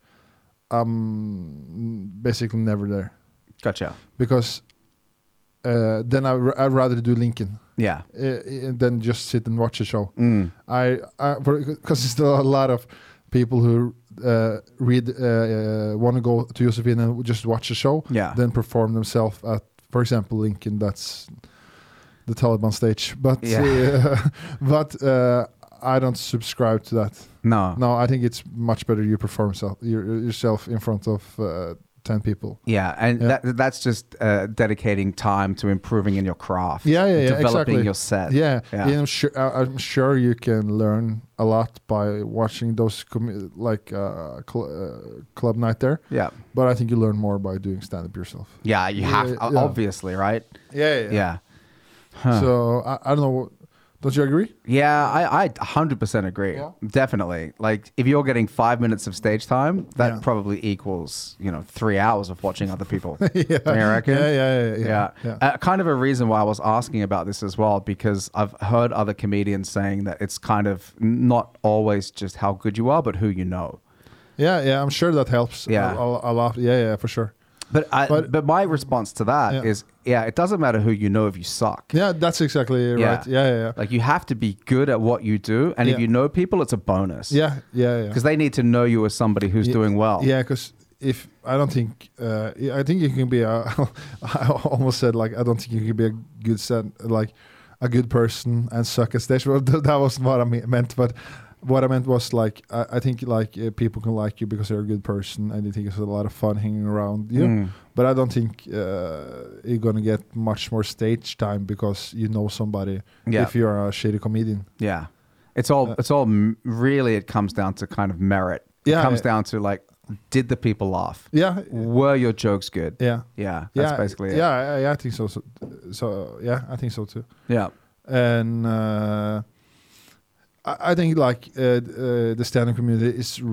[SPEAKER 2] I'm basically never there
[SPEAKER 1] gotcha. because
[SPEAKER 2] because uh, then I r- I'd rather do Lincoln
[SPEAKER 1] Yeah,
[SPEAKER 2] uh, uh, than just sit and watch a show.
[SPEAKER 1] mm.
[SPEAKER 2] I because there's still a lot of people who uh, read uh, uh, want to go to Josefina and just watch a show,
[SPEAKER 1] yeah,
[SPEAKER 2] then perform themselves at, for example, Lincoln. That's the Taliban stage, but uh, but uh, I don't subscribe to that.
[SPEAKER 1] no,
[SPEAKER 2] No, I think it's much better you perform self, your, yourself in front of uh, ten people.
[SPEAKER 1] yeah, and
[SPEAKER 2] Yeah.
[SPEAKER 1] that that's just uh, dedicating time to improving in your craft.
[SPEAKER 2] Yeah, yeah, yeah,
[SPEAKER 1] developing
[SPEAKER 2] exactly.
[SPEAKER 1] your set.
[SPEAKER 2] yeah,
[SPEAKER 1] Yeah.
[SPEAKER 2] and I'm sure I- I'm sure you can learn a lot by watching those commu like uh, cl- uh, club night there.
[SPEAKER 1] yeah,
[SPEAKER 2] But I think you learn more by doing stand up yourself.
[SPEAKER 1] yeah. You have
[SPEAKER 2] Yeah, yeah.
[SPEAKER 1] obviously right.
[SPEAKER 2] Yeah,
[SPEAKER 1] Yeah. Huh.
[SPEAKER 2] So I, I don't know. Don't you agree?
[SPEAKER 1] Yeah, I, I 100% agree.
[SPEAKER 2] Yeah.
[SPEAKER 1] Definitely. Like, if you're getting five minutes of stage time, that
[SPEAKER 2] Yeah.
[SPEAKER 1] probably equals, you know, three hours of watching other people. yeah. You reckon?
[SPEAKER 2] Yeah, yeah, yeah, yeah.
[SPEAKER 1] Yeah.
[SPEAKER 2] yeah.
[SPEAKER 1] Uh, kind of a reason why I was asking about this as well, because I've heard other comedians saying that it's kind of not always just how good you are, but who you know.
[SPEAKER 2] yeah, yeah, I'm sure that helps.
[SPEAKER 1] Yeah.
[SPEAKER 2] a, a, a lot. Yeah, yeah, for sure.
[SPEAKER 1] But, I, but,
[SPEAKER 2] But-
[SPEAKER 1] my response to that is,
[SPEAKER 2] Yeah.
[SPEAKER 1] yeah. it doesn't matter who you know if you suck.
[SPEAKER 2] Yeah, that's exactly
[SPEAKER 1] Yeah.
[SPEAKER 2] right. Yeah, yeah, yeah,
[SPEAKER 1] Like, you have to be good at what you do. And if
[SPEAKER 2] Yeah.
[SPEAKER 1] you know people, it's a bonus.
[SPEAKER 2] yeah, yeah, yeah.
[SPEAKER 1] Because they need to know you as somebody who's
[SPEAKER 2] Ye-
[SPEAKER 1] doing well.
[SPEAKER 2] Yeah, because if I don't think uh, yeah, I think you can be a I almost said like I don't think you can be a good stand like a good person and suck at stage. Well, th- that wasn't what I me- meant, but what I meant was like I, I think like uh, people can like you because you're a good person and you think it's a lot of fun hanging around you.
[SPEAKER 1] Mm.
[SPEAKER 2] But I don't think uh, you're gonna get much more stage time because you know somebody
[SPEAKER 1] Yeah.
[SPEAKER 2] if you're a shitty comedian.
[SPEAKER 1] Yeah. It's all it's all m- really it comes down to kind of merit. It
[SPEAKER 2] Yeah,
[SPEAKER 1] comes
[SPEAKER 2] yeah.
[SPEAKER 1] down to like did the people laugh?
[SPEAKER 2] Yeah,
[SPEAKER 1] Were your jokes good?
[SPEAKER 2] yeah.
[SPEAKER 1] Yeah. That's
[SPEAKER 2] yeah,
[SPEAKER 1] basically it.
[SPEAKER 2] yeah, I, I think so, so. So yeah, I think so too.
[SPEAKER 1] Yeah.
[SPEAKER 2] and uh, I, I think like uh, uh, the stand-up community is r-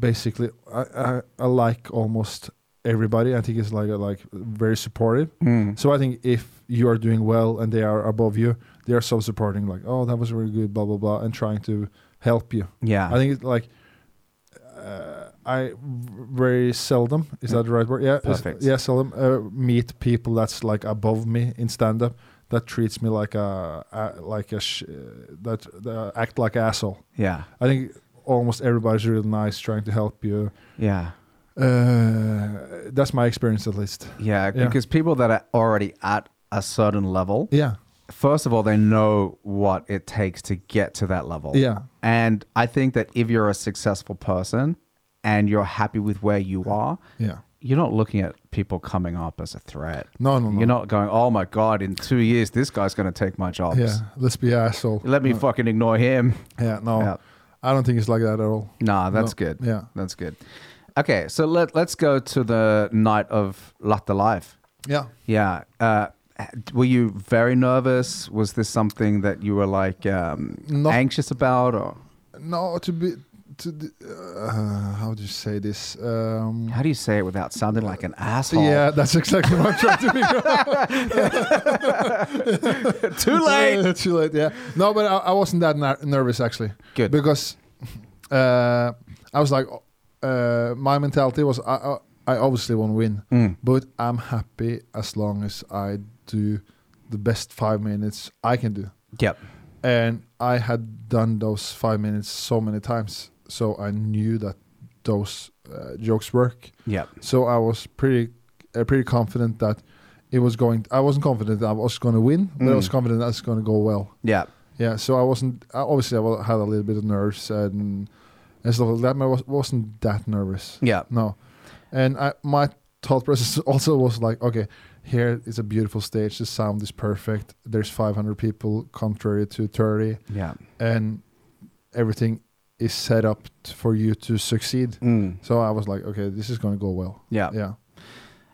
[SPEAKER 2] basically I, I, I like almost everybody. I think it's like like very supportive.
[SPEAKER 1] Mm.
[SPEAKER 2] So I think if you are doing well and they are above you, they are so supporting. Like oh, that was very good, blah blah blah, and trying to help you.
[SPEAKER 1] yeah.
[SPEAKER 2] I think it's like uh, I very seldom is that the right word? Yeah, is-
[SPEAKER 1] Perfect.
[SPEAKER 2] yeah, seldom uh, meet people that's like above me in stand up that treats me like a, a like a sh- that, that act like asshole.
[SPEAKER 1] yeah.
[SPEAKER 2] I think almost everybody's really nice trying to help you.
[SPEAKER 1] Yeah.
[SPEAKER 2] Uh, that's my experience at least.
[SPEAKER 1] Yeah.
[SPEAKER 2] Yeah.
[SPEAKER 1] Because people that are already at a certain level,
[SPEAKER 2] Yeah.
[SPEAKER 1] first of all, they know what it takes to get to that level.
[SPEAKER 2] Yeah.
[SPEAKER 1] And I think that if you're a successful person and you're happy with where you are,
[SPEAKER 2] Yeah.
[SPEAKER 1] you're not looking at people coming up as a threat.
[SPEAKER 2] No, no, no.
[SPEAKER 1] You're not going, oh my God, in two years, this guy's going to take my jobs.
[SPEAKER 2] Yeah. Let's be asshole.
[SPEAKER 1] Let me
[SPEAKER 2] No.
[SPEAKER 1] fucking ignore him.
[SPEAKER 2] Yeah. No.
[SPEAKER 1] Yeah.
[SPEAKER 2] I don't think it's like that at all.
[SPEAKER 1] Nah, that's
[SPEAKER 2] No.
[SPEAKER 1] good.
[SPEAKER 2] Yeah.
[SPEAKER 1] That's good. Okay, so let, let's go to the night of Latte Life.
[SPEAKER 2] Yeah.
[SPEAKER 1] Yeah. Uh, were you very nervous? Was this something that you were like um,
[SPEAKER 2] Not-
[SPEAKER 1] anxious about? Or
[SPEAKER 2] No, to be to the, uh, how do you say this? Um,
[SPEAKER 1] how do you say it without sounding like an asshole?
[SPEAKER 2] Yeah, that's exactly what I'm trying to figure out.
[SPEAKER 1] Too late.
[SPEAKER 2] Too late. Yeah. No, but I, I wasn't that ner- nervous actually.
[SPEAKER 1] Good.
[SPEAKER 2] Because uh, I was like, uh, my mentality was I, I, I obviously want to win,
[SPEAKER 1] Mm.
[SPEAKER 2] but I'm happy as long as I do the best five minutes I can do.
[SPEAKER 1] Yep.
[SPEAKER 2] and I had done those five minutes so many times, so I knew that those uh, jokes work.
[SPEAKER 1] Yep.
[SPEAKER 2] So I was pretty, uh, pretty confident that it was going. I wasn't confident that I was going to win, but I was
[SPEAKER 1] Mm.
[SPEAKER 2] confident that it's going to go well.
[SPEAKER 1] Yep.
[SPEAKER 2] Yeah. So I wasn't. I obviously, I wa- had a little bit of nerves and and stuff like that. But I was, wasn't that nervous.
[SPEAKER 1] Yep.
[SPEAKER 2] No. And I, my thought process also was like, okay, here is a beautiful stage. The sound is perfect. There's 500 people, contrary to 30,
[SPEAKER 1] Yep.
[SPEAKER 2] and everything is set up t- for you to succeed.
[SPEAKER 1] Mm.
[SPEAKER 2] So I was like, okay, this is going to go well.
[SPEAKER 1] Yep.
[SPEAKER 2] Yeah.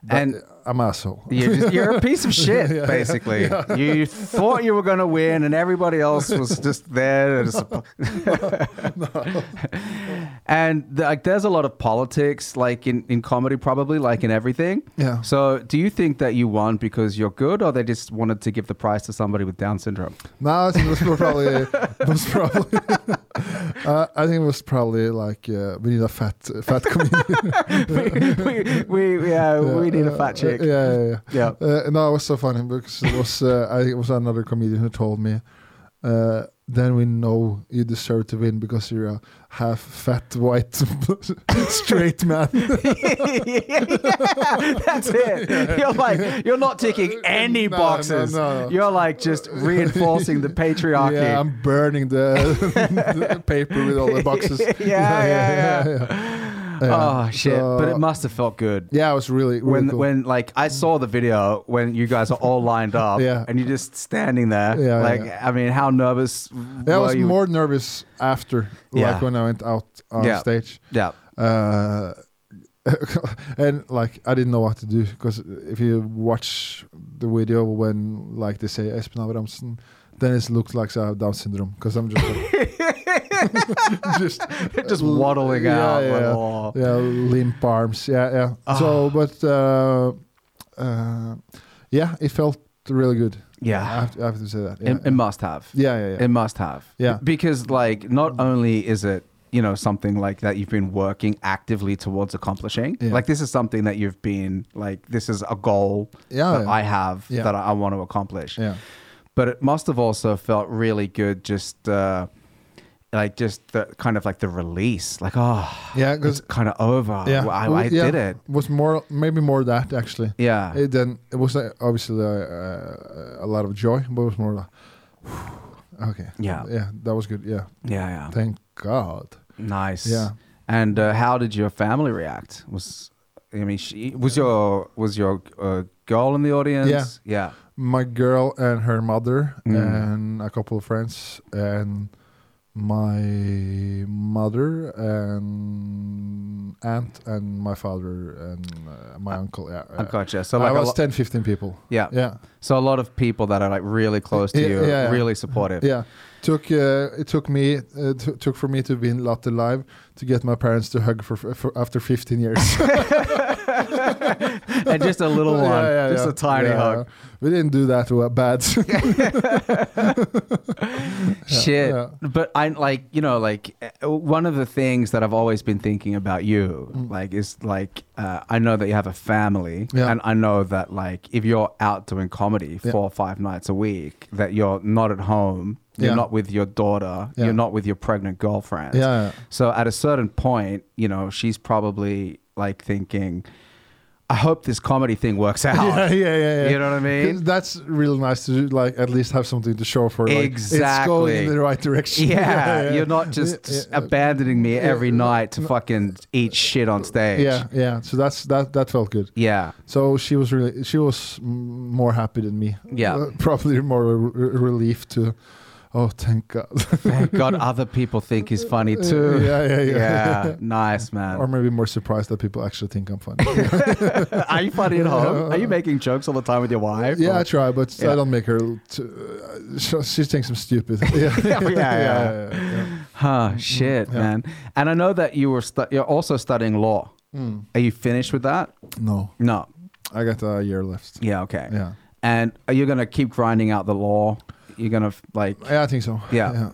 [SPEAKER 1] And-
[SPEAKER 2] I'm an asshole.
[SPEAKER 1] You're, just- you're a piece of shit,
[SPEAKER 2] Yeah, yeah,
[SPEAKER 1] basically. You thought you were going to win, and everybody else was just there. To supp- and like, there's a lot of politics, like in, in comedy, probably, like in everything.
[SPEAKER 2] Yeah.
[SPEAKER 1] So, do you think that you won because you're good, or they just wanted to give the prize to somebody with Down syndrome?
[SPEAKER 2] No, I think it was probably it was probably. uh, I think it was probably like uh, we need a fat fat comedian.
[SPEAKER 1] we, we, we, yeah, we need a fat chick.
[SPEAKER 2] Uh, yeah, yeah, yeah.
[SPEAKER 1] yeah.
[SPEAKER 2] Uh, no, it was so funny because it was uh, I it was another comedian who told me. Uh, then we know you deserve to win because you're a half fat white straight man.
[SPEAKER 1] yeah, that's it. You're like you're not ticking any
[SPEAKER 2] No, no,
[SPEAKER 1] boxes.
[SPEAKER 2] no.
[SPEAKER 1] You're like just reinforcing the patriarchy.
[SPEAKER 2] Yeah, I'm burning the, the paper with all the boxes.
[SPEAKER 1] yeah, yeah, yeah.
[SPEAKER 2] Yeah.
[SPEAKER 1] Oh shit!
[SPEAKER 2] So-
[SPEAKER 1] but it must have felt good
[SPEAKER 2] Uh, Yeah, it was really, really
[SPEAKER 1] when,
[SPEAKER 2] cool.
[SPEAKER 1] when like I saw the video when you guys are all lined up,
[SPEAKER 2] Yeah.
[SPEAKER 1] and you're just standing there.
[SPEAKER 2] Yeah,
[SPEAKER 1] like I mean, how nervous?
[SPEAKER 2] Yeah, I
[SPEAKER 1] were
[SPEAKER 2] was
[SPEAKER 1] you?
[SPEAKER 2] more nervous after, like
[SPEAKER 1] Yeah.
[SPEAKER 2] when I went out on
[SPEAKER 1] Yeah.
[SPEAKER 2] stage.
[SPEAKER 1] Yeah,
[SPEAKER 2] Uh, and like I didn't know what to do because if you watch the video when like they say Espen Abrahamsen, then it looks like I have Down syndrome because I'm just like, just
[SPEAKER 1] just waddling
[SPEAKER 2] yeah,
[SPEAKER 1] out. like,
[SPEAKER 2] yeah,
[SPEAKER 1] oh.
[SPEAKER 2] yeah, limp arms, yeah, yeah.
[SPEAKER 1] Ah.
[SPEAKER 2] So, but uh, uh, yeah, it felt really good.
[SPEAKER 1] Yeah.
[SPEAKER 2] I have to, I have to say that. Yeah,
[SPEAKER 1] It, it must have.
[SPEAKER 2] yeah, yeah, yeah.
[SPEAKER 1] It must have.
[SPEAKER 2] Yeah.
[SPEAKER 1] Because like not only is it, you know, something like that you've been working actively towards accomplishing.
[SPEAKER 2] Yeah.
[SPEAKER 1] Like this is something that you've been like this is a goal
[SPEAKER 2] Yeah,
[SPEAKER 1] that
[SPEAKER 2] yeah.
[SPEAKER 1] I have
[SPEAKER 2] Yeah.
[SPEAKER 1] that I, I want to accomplish.
[SPEAKER 2] yeah.
[SPEAKER 1] But it must have also felt really good just uh like just the kind of like the release. Like, oh
[SPEAKER 2] Yeah,
[SPEAKER 1] it's
[SPEAKER 2] 'cause-
[SPEAKER 1] kind of over.
[SPEAKER 2] yeah,
[SPEAKER 1] I,
[SPEAKER 2] it wa-
[SPEAKER 1] I
[SPEAKER 2] yeah,
[SPEAKER 1] did it.
[SPEAKER 2] Was more maybe more that actually.
[SPEAKER 1] Yeah.
[SPEAKER 2] It then it was uh, obviously uh, a lot of joy, but it was more like, okay,
[SPEAKER 1] Yeah.
[SPEAKER 2] yeah, that was good. Yeah,
[SPEAKER 1] Yeah, yeah.
[SPEAKER 2] thank God.
[SPEAKER 1] Nice.
[SPEAKER 2] Yeah.
[SPEAKER 1] And uh, how did your family react? Was I mean, she was your was your uh, girl in the audience? Yeah.
[SPEAKER 2] My girl and her mother
[SPEAKER 1] Mm.
[SPEAKER 2] and a couple of friends and my mother and aunt and my father and uh, my
[SPEAKER 1] Uh,
[SPEAKER 2] uncle. Yeah,
[SPEAKER 1] I
[SPEAKER 2] yeah.
[SPEAKER 1] gotcha. So
[SPEAKER 2] I
[SPEAKER 1] like, a
[SPEAKER 2] was
[SPEAKER 1] lo- Uh,
[SPEAKER 2] 10, 15 people.
[SPEAKER 1] yeah.
[SPEAKER 2] Yeah,
[SPEAKER 1] So a lot of people that are like really close to
[SPEAKER 2] Yeah,
[SPEAKER 1] you,
[SPEAKER 2] yeah, yeah.
[SPEAKER 1] really supportive.
[SPEAKER 2] yeah. Took uh, it took me uh, t- took for me to be in Latte Live to get my parents to hug for, for after 15 years.
[SPEAKER 1] and just a little
[SPEAKER 2] Yeah,
[SPEAKER 1] one,
[SPEAKER 2] yeah,
[SPEAKER 1] just
[SPEAKER 2] yeah.
[SPEAKER 1] a tiny
[SPEAKER 2] Yeah,
[SPEAKER 1] hug.
[SPEAKER 2] yeah. We didn't do that well, bad.
[SPEAKER 1] Shit.
[SPEAKER 2] yeah.
[SPEAKER 1] But I like, you know, like uh, one of the things that I've always been thinking about you,
[SPEAKER 2] Mm.
[SPEAKER 1] like, is like, uh, I know that you have a family.
[SPEAKER 2] Yeah.
[SPEAKER 1] And I know that, like, if you're out doing comedy
[SPEAKER 2] Yeah.
[SPEAKER 1] four or five nights a week, that you're not at home, you're
[SPEAKER 2] Yeah.
[SPEAKER 1] not with your daughter,
[SPEAKER 2] Yeah.
[SPEAKER 1] you're not with your pregnant girlfriend.
[SPEAKER 2] yeah,
[SPEAKER 1] So at a certain point, you know, she's probably like thinking, I hope this comedy thing works out.
[SPEAKER 2] yeah, yeah, yeah, yeah.
[SPEAKER 1] You know what I mean?
[SPEAKER 2] That's really nice to do, like at least have something to show for. Like, It's going
[SPEAKER 1] Exactly.
[SPEAKER 2] in the right direction.
[SPEAKER 1] Yeah, you're not just s-
[SPEAKER 2] yeah,
[SPEAKER 1] abandoning me every
[SPEAKER 2] yeah,
[SPEAKER 1] night to fucking eat shit on stage.
[SPEAKER 2] yeah, yeah. So that's that. That felt good.
[SPEAKER 1] Yeah.
[SPEAKER 2] So she was really she was m- more happy than me.
[SPEAKER 1] Yeah.
[SPEAKER 2] Uh, probably more re- re- relief to. Oh, thank God.
[SPEAKER 1] Thank God other people think he's funny
[SPEAKER 2] yeah,
[SPEAKER 1] too.
[SPEAKER 2] yeah, yeah.
[SPEAKER 1] Yeah, nice
[SPEAKER 2] Or
[SPEAKER 1] man.
[SPEAKER 2] maybe more surprised that people actually think I'm funny.
[SPEAKER 1] Are you funny at home? Are you making jokes all the time with your wife?
[SPEAKER 2] Yeah, I
[SPEAKER 1] Or-
[SPEAKER 2] try, but
[SPEAKER 1] Yeah.
[SPEAKER 2] I don't make her. T- uh, she, she thinks I'm stupid. Yeah,
[SPEAKER 1] Yeah, yeah,
[SPEAKER 2] yeah.
[SPEAKER 1] Huh, shit,
[SPEAKER 2] yeah.
[SPEAKER 1] man. And I know that you were stu- you're also studying law.
[SPEAKER 2] Mm.
[SPEAKER 1] Are you finished with that?
[SPEAKER 2] No,
[SPEAKER 1] No.
[SPEAKER 2] I got a year left.
[SPEAKER 1] Yeah, okay.
[SPEAKER 2] Yeah,
[SPEAKER 1] And are you going to keep grinding out the law? You're going to like
[SPEAKER 2] yeah, I think so.
[SPEAKER 1] Yeah.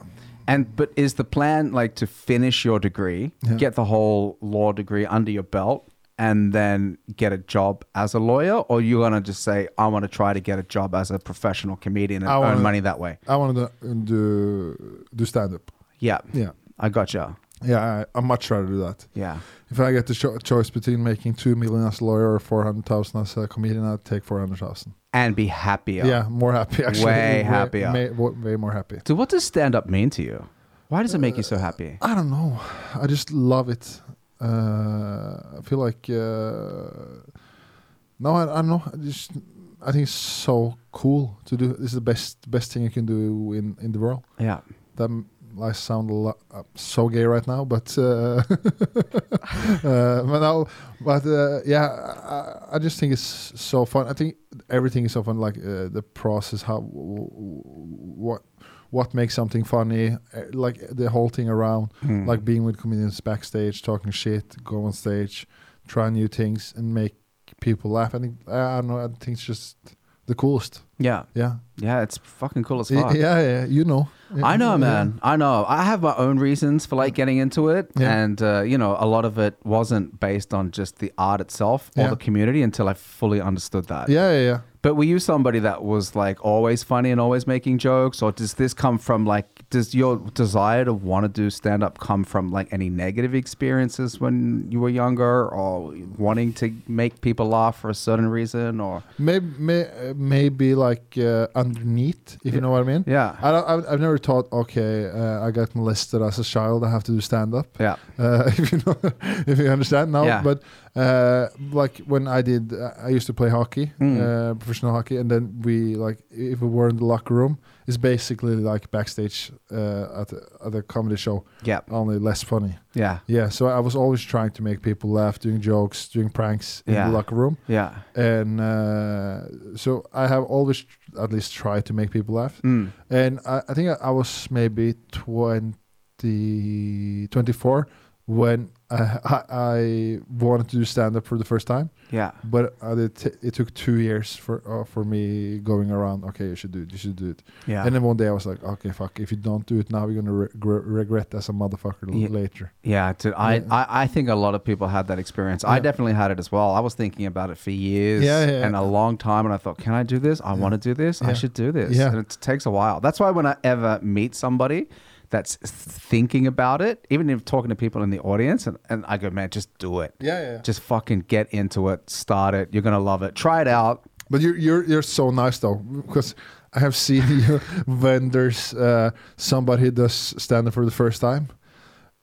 [SPEAKER 1] And but is the plan like to finish your degree,
[SPEAKER 2] Yeah.
[SPEAKER 1] get the whole law degree under your belt, and then get a job as a lawyer, or you gonna just say I want to try to get a job as a professional comedian and
[SPEAKER 2] I
[SPEAKER 1] earn
[SPEAKER 2] wanna-
[SPEAKER 1] money that way?
[SPEAKER 2] I want to do do stand up.
[SPEAKER 1] Yeah,
[SPEAKER 2] Yeah,
[SPEAKER 1] I gotcha.
[SPEAKER 2] yeah, I, I much rather do that.
[SPEAKER 1] Yeah,
[SPEAKER 2] If I get the cho- choice between making two million as a lawyer or four hundred thousand as a comedian, I'd take four hundred thousand.
[SPEAKER 1] and be happier.
[SPEAKER 2] Yeah. more happy actually.
[SPEAKER 1] Way happier.
[SPEAKER 2] Way, wa- way more happy.
[SPEAKER 1] So what does stand up mean to you? Why does it make you
[SPEAKER 2] Uh,
[SPEAKER 1] so happy?
[SPEAKER 2] I don't know. I just love it. Uh, I feel like uh, no, I, I don't know. I just I think it's so cool to do. This is the best best thing you can do in in the world.
[SPEAKER 1] Yeah.
[SPEAKER 2] That m- I sound a lot, uh, so gay right now, but uh, uh, but no, but uh, yeah, I, I just think it's so fun. I think everything is so fun, like uh, the process, how w- w- what what makes something funny, uh, like the whole thing around
[SPEAKER 1] Hmm.
[SPEAKER 2] like being with comedians backstage, talking shit, go on stage, try new things, and make people laugh. I think I don't know. I think it's just the coolest.
[SPEAKER 1] yeah,
[SPEAKER 2] Yeah,
[SPEAKER 1] yeah. It's fucking cool as
[SPEAKER 2] Y-
[SPEAKER 1] fuck.
[SPEAKER 2] yeah, yeah. You know.
[SPEAKER 1] I know,
[SPEAKER 2] Yeah.
[SPEAKER 1] man. I know. I have my own reasons for like getting into it,
[SPEAKER 2] Yeah.
[SPEAKER 1] and uh, you know, a lot of it wasn't based on just the art itself or
[SPEAKER 2] Yeah.
[SPEAKER 1] the community until I fully understood that.
[SPEAKER 2] Yeah, yeah, yeah.
[SPEAKER 1] But were you somebody that was like always funny and always making jokes, or does this come from like does your desire to want to do stand up come from like any negative experiences when you were younger, or wanting to make people laugh for a certain reason, or
[SPEAKER 2] Maybe, may, uh, maybe like uh, underneath, if
[SPEAKER 1] Yeah.
[SPEAKER 2] you know what I mean.
[SPEAKER 1] yeah,
[SPEAKER 2] I don't, I've, I've never thought, okay, uh, I got molested as a child. I have to do stand up.
[SPEAKER 1] yeah,
[SPEAKER 2] uh, if you know, if you understand now.
[SPEAKER 1] Yeah.
[SPEAKER 2] But uh, like when I did, I used to play hockey,
[SPEAKER 1] Mm.
[SPEAKER 2] uh, professional hockey, and then we like if we were in the locker room, it's basically like backstage uh, at the, at the comedy show,
[SPEAKER 1] yeah,
[SPEAKER 2] only less funny.
[SPEAKER 1] yeah,
[SPEAKER 2] Yeah. So I was always trying to make people laugh, doing jokes, doing pranks in
[SPEAKER 1] Yeah.
[SPEAKER 2] the locker room,
[SPEAKER 1] yeah.
[SPEAKER 2] and uh, so I have always tr- at least tried to make people laugh.
[SPEAKER 1] Mm.
[SPEAKER 2] And I, I think I, I was maybe 20, 24 when I, I, I wanted to do stand up for the first time.
[SPEAKER 1] yeah,
[SPEAKER 2] But I did t- it took two years for uh, for me going around. Okay, you should do it. You should do it.
[SPEAKER 1] yeah,
[SPEAKER 2] And then one day I was like, okay, fuck. If you don't do it now, you're gonna re- gr- regret as a motherfucker l-
[SPEAKER 1] Yeah.
[SPEAKER 2] later.
[SPEAKER 1] Yeah, dude, I,
[SPEAKER 2] Yeah.
[SPEAKER 1] I, I think a lot of people had that experience. I
[SPEAKER 2] Yeah.
[SPEAKER 1] definitely had it as well. I was thinking about it for years
[SPEAKER 2] Yeah, yeah,
[SPEAKER 1] and
[SPEAKER 2] yeah.
[SPEAKER 1] a long time, and I thought, can I do this? I
[SPEAKER 2] Yeah.
[SPEAKER 1] want to do this. I
[SPEAKER 2] Yeah.
[SPEAKER 1] should do this.
[SPEAKER 2] Yeah.
[SPEAKER 1] And it takes a while. That's why when I ever meet somebody that's thinking about it, even if talking to people in the audience, and, and I go, man, just do it.
[SPEAKER 2] Yeah, yeah.
[SPEAKER 1] Just fucking get into it, start it. You're gonna love it. Try it out.
[SPEAKER 2] But you're you're you're so nice though, because I have seen you when there's uh, somebody who does stand up for the first time,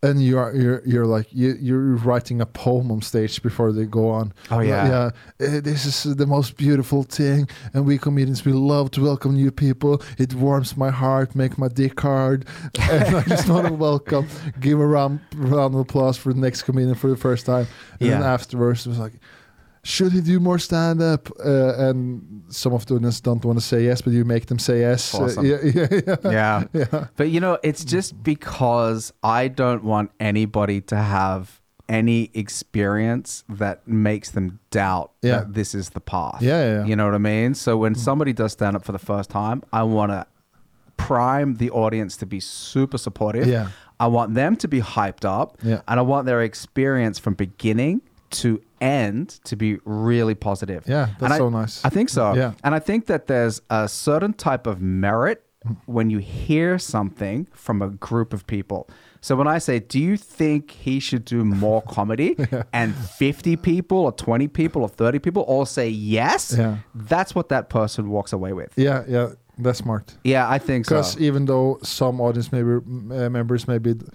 [SPEAKER 2] and you are you're, you're like you, you're writing a poem on stage before they go on.
[SPEAKER 1] Oh, yeah.
[SPEAKER 2] yeah. "Eh, This is the most beautiful thing, and we comedians we love to welcome new people. It warms my heart, make my dick hard, and I just want to welcome, give a round round of applause for the next comedian for the first time. And then
[SPEAKER 1] Yeah.
[SPEAKER 2] afterwards, it was like. Should he do more stand up? Uh, and some of the audience don't want to say yes, but you make them say yes. Uh,
[SPEAKER 1] Awesome.
[SPEAKER 2] yeah, yeah, yeah.
[SPEAKER 1] yeah.
[SPEAKER 2] Yeah.
[SPEAKER 1] But you know, it's
[SPEAKER 2] Mm.
[SPEAKER 1] just because I don't want anybody to have any experience that makes them doubt
[SPEAKER 2] Yeah.
[SPEAKER 1] that this is the path.
[SPEAKER 2] Yeah, yeah, Mm. yeah.
[SPEAKER 1] You know what I mean? So when somebody does stand up for the first time, I want to prime the audience to be super supportive.
[SPEAKER 2] Yeah.
[SPEAKER 1] I want them to be hyped up
[SPEAKER 2] Yeah.
[SPEAKER 1] and I want their experience from beginning to end to be really positive.
[SPEAKER 2] Yeah,
[SPEAKER 1] And
[SPEAKER 2] that's
[SPEAKER 1] I-
[SPEAKER 2] so nice.
[SPEAKER 1] I think so.
[SPEAKER 2] Yeah.
[SPEAKER 1] And I think that there's a certain type of merit when you hear something from a group of people. So when I say, do you think he should do more comedy? And 50 people or 20 people or 30 people all say yes,
[SPEAKER 2] Yeah.
[SPEAKER 1] that's what that person walks away with.
[SPEAKER 2] Yeah, yeah, that's smart.
[SPEAKER 1] Yeah, I think so.
[SPEAKER 2] Because even though some audience maybe uh, members maybe d-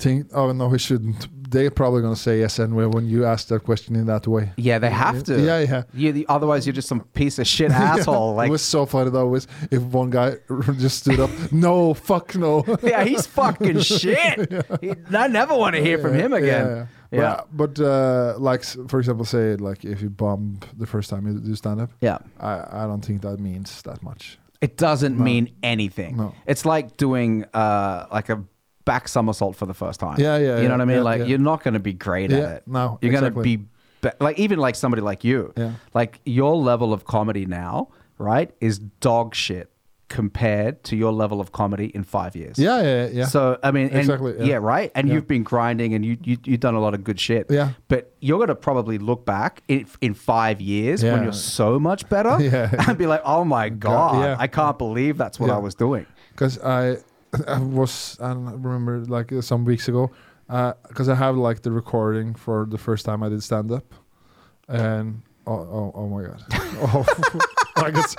[SPEAKER 2] think, oh no, we shouldn't, they're probably gonna say yes anyway when you ask that question in that way.
[SPEAKER 1] Yeah, they have to.
[SPEAKER 2] Yeah, yeah.
[SPEAKER 1] You, the- otherwise, you're just some piece of shit asshole.
[SPEAKER 2] it
[SPEAKER 1] Like,
[SPEAKER 2] was so funny though. Was if one guy just stood up, no, fuck no.
[SPEAKER 1] yeah, he's fucking shit. He- I never want to hear from him again.
[SPEAKER 2] Yeah,
[SPEAKER 1] Yeah. Yeah.
[SPEAKER 2] But, but uh, like s- for example, say like if you bomb the first time you do stand up, I I don't think that means that much.
[SPEAKER 1] It doesn't mean anything.
[SPEAKER 2] No.
[SPEAKER 1] It's like doing uh, like a back somersault for the first time.
[SPEAKER 2] Yeah, yeah,
[SPEAKER 1] You know
[SPEAKER 2] yeah,
[SPEAKER 1] what I mean?
[SPEAKER 2] yeah,
[SPEAKER 1] like
[SPEAKER 2] yeah.
[SPEAKER 1] you're not going to be great
[SPEAKER 2] Yeah,
[SPEAKER 1] at it.
[SPEAKER 2] no,
[SPEAKER 1] you're going
[SPEAKER 2] exactly.
[SPEAKER 1] to be, be like even like somebody like you.
[SPEAKER 2] Yeah.
[SPEAKER 1] Like your level of comedy now, right, is dog shit compared to your level of comedy in five years.
[SPEAKER 2] Yeah, yeah, yeah.
[SPEAKER 1] So I mean, and-
[SPEAKER 2] Exactly,
[SPEAKER 1] Yeah.
[SPEAKER 2] yeah.
[SPEAKER 1] right. And
[SPEAKER 2] Yeah.
[SPEAKER 1] you've been grinding, and you, you you've done a lot of good shit.
[SPEAKER 2] Yeah.
[SPEAKER 1] But you're gonna probably look back in, in five years when
[SPEAKER 2] Yeah.
[SPEAKER 1] you're so much better,
[SPEAKER 2] Yeah.
[SPEAKER 1] and be like, oh my god,
[SPEAKER 2] yeah.
[SPEAKER 1] I can't believe that's what
[SPEAKER 2] Yeah.
[SPEAKER 1] I was doing.
[SPEAKER 2] because I, I was I don't remember like uh, some weeks ago because I have like the recording for the first time I did stand up, and oh oh, oh my god, oh, I, guess,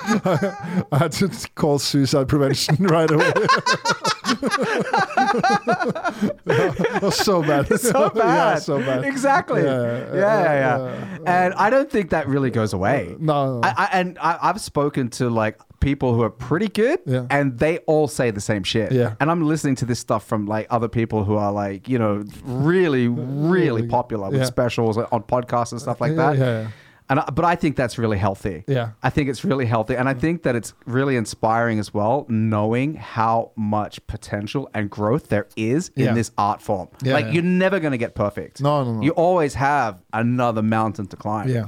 [SPEAKER 2] I, had to call suicide prevention right away. that was so bad,
[SPEAKER 1] So bad.
[SPEAKER 2] yeah, so bad,
[SPEAKER 1] Exactly. Yeah, yeah,
[SPEAKER 2] Yeah,
[SPEAKER 1] yeah.
[SPEAKER 2] yeah.
[SPEAKER 1] and I don't think that really goes away.
[SPEAKER 2] No, no, no.
[SPEAKER 1] I, I, and I, I've spoken to like people who are pretty good,
[SPEAKER 2] Yeah.
[SPEAKER 1] and they all say the same shit.
[SPEAKER 2] Yeah.
[SPEAKER 1] And I'm listening to this stuff from like other people who are like, you know, really, really
[SPEAKER 2] Really,
[SPEAKER 1] popular with
[SPEAKER 2] yeah.
[SPEAKER 1] specials on podcasts and stuff like
[SPEAKER 2] Yeah,
[SPEAKER 1] that.
[SPEAKER 2] yeah, yeah.
[SPEAKER 1] And I, but I think that's really healthy.
[SPEAKER 2] Yeah.
[SPEAKER 1] I think it's really healthy, and I think that it's really inspiring as well, knowing how much potential and growth there is in
[SPEAKER 2] Yeah.
[SPEAKER 1] this art form.
[SPEAKER 2] Yeah,
[SPEAKER 1] like
[SPEAKER 2] yeah.
[SPEAKER 1] you're never going to get perfect.
[SPEAKER 2] No, no, no.
[SPEAKER 1] You always have another mountain to climb.
[SPEAKER 2] Yeah.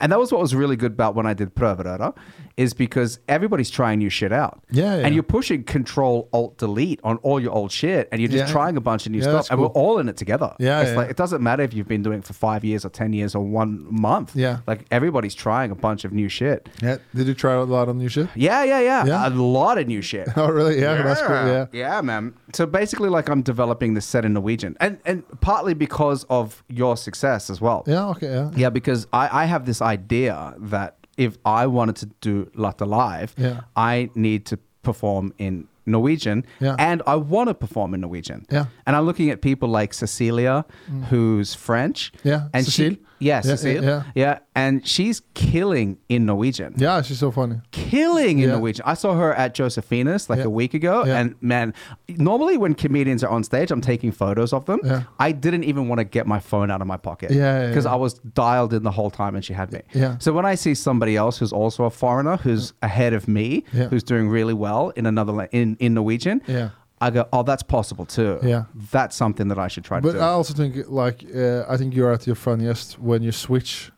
[SPEAKER 1] And that was what was really good about when I did Pröveröra, is because everybody's trying new shit out.
[SPEAKER 2] Yeah, yeah.
[SPEAKER 1] And you're pushing Control Alt Delete on all your old shit, and you're just
[SPEAKER 2] Yeah.
[SPEAKER 1] trying a bunch of new
[SPEAKER 2] Yeah,
[SPEAKER 1] stuff,
[SPEAKER 2] that's
[SPEAKER 1] and we're
[SPEAKER 2] cool.
[SPEAKER 1] all in it together.
[SPEAKER 2] Yeah,
[SPEAKER 1] It's
[SPEAKER 2] yeah.
[SPEAKER 1] like it doesn't matter if you've been doing it for five years or ten years or one month.
[SPEAKER 2] Yeah.
[SPEAKER 1] Like everybody's trying a bunch of new shit.
[SPEAKER 2] yeah. Did you try a lot of new shit?
[SPEAKER 1] Yeah, yeah, yeah.
[SPEAKER 2] Yeah.
[SPEAKER 1] A lot of new shit.
[SPEAKER 2] Oh really? Yeah, that's cool. Yeah.
[SPEAKER 1] Yeah, man. So basically, like I'm developing this set in Norwegian, and and partly because of your success as well.
[SPEAKER 2] Yeah. Okay. Yeah.
[SPEAKER 1] Yeah, because I, I have this idea that if I wanted to do Latte Live,
[SPEAKER 2] Yeah.
[SPEAKER 1] I need to perform in Norwegian
[SPEAKER 2] Yeah.
[SPEAKER 1] and I want to perform in Norwegian.
[SPEAKER 2] Yeah. Mm.
[SPEAKER 1] And I'm looking at people like Cecilia, who's French.
[SPEAKER 2] Yeah,
[SPEAKER 1] And
[SPEAKER 2] Cecile.
[SPEAKER 1] she, yeah,
[SPEAKER 2] Yeah,
[SPEAKER 1] Cecile.
[SPEAKER 2] yeah, yeah.
[SPEAKER 1] And she's killing in Norwegian.
[SPEAKER 2] Yeah. She's so funny.
[SPEAKER 1] Killing in
[SPEAKER 2] Yeah.
[SPEAKER 1] Norwegian. I saw her at Josephina's like
[SPEAKER 2] Yeah.
[SPEAKER 1] a week ago.
[SPEAKER 2] Yeah.
[SPEAKER 1] And man, normally when comedians are on stage, I'm taking photos of them.
[SPEAKER 2] Yeah.
[SPEAKER 1] I didn't even want to get my phone out of my pocket.
[SPEAKER 2] Yeah, yeah,
[SPEAKER 1] Because
[SPEAKER 2] yeah.
[SPEAKER 1] I was dialed in the whole time and she had me.
[SPEAKER 2] Yeah.
[SPEAKER 1] So when I see somebody else who's also a foreigner, who's ahead of me,
[SPEAKER 2] Yeah.
[SPEAKER 1] who's doing really well in another la- in, in Norwegian,
[SPEAKER 2] Yeah.
[SPEAKER 1] I go, oh, that's possible too.
[SPEAKER 2] Yeah.
[SPEAKER 1] That's something that I should try
[SPEAKER 2] But
[SPEAKER 1] to do.
[SPEAKER 2] I also think like uh, I think you're at your funniest when you switch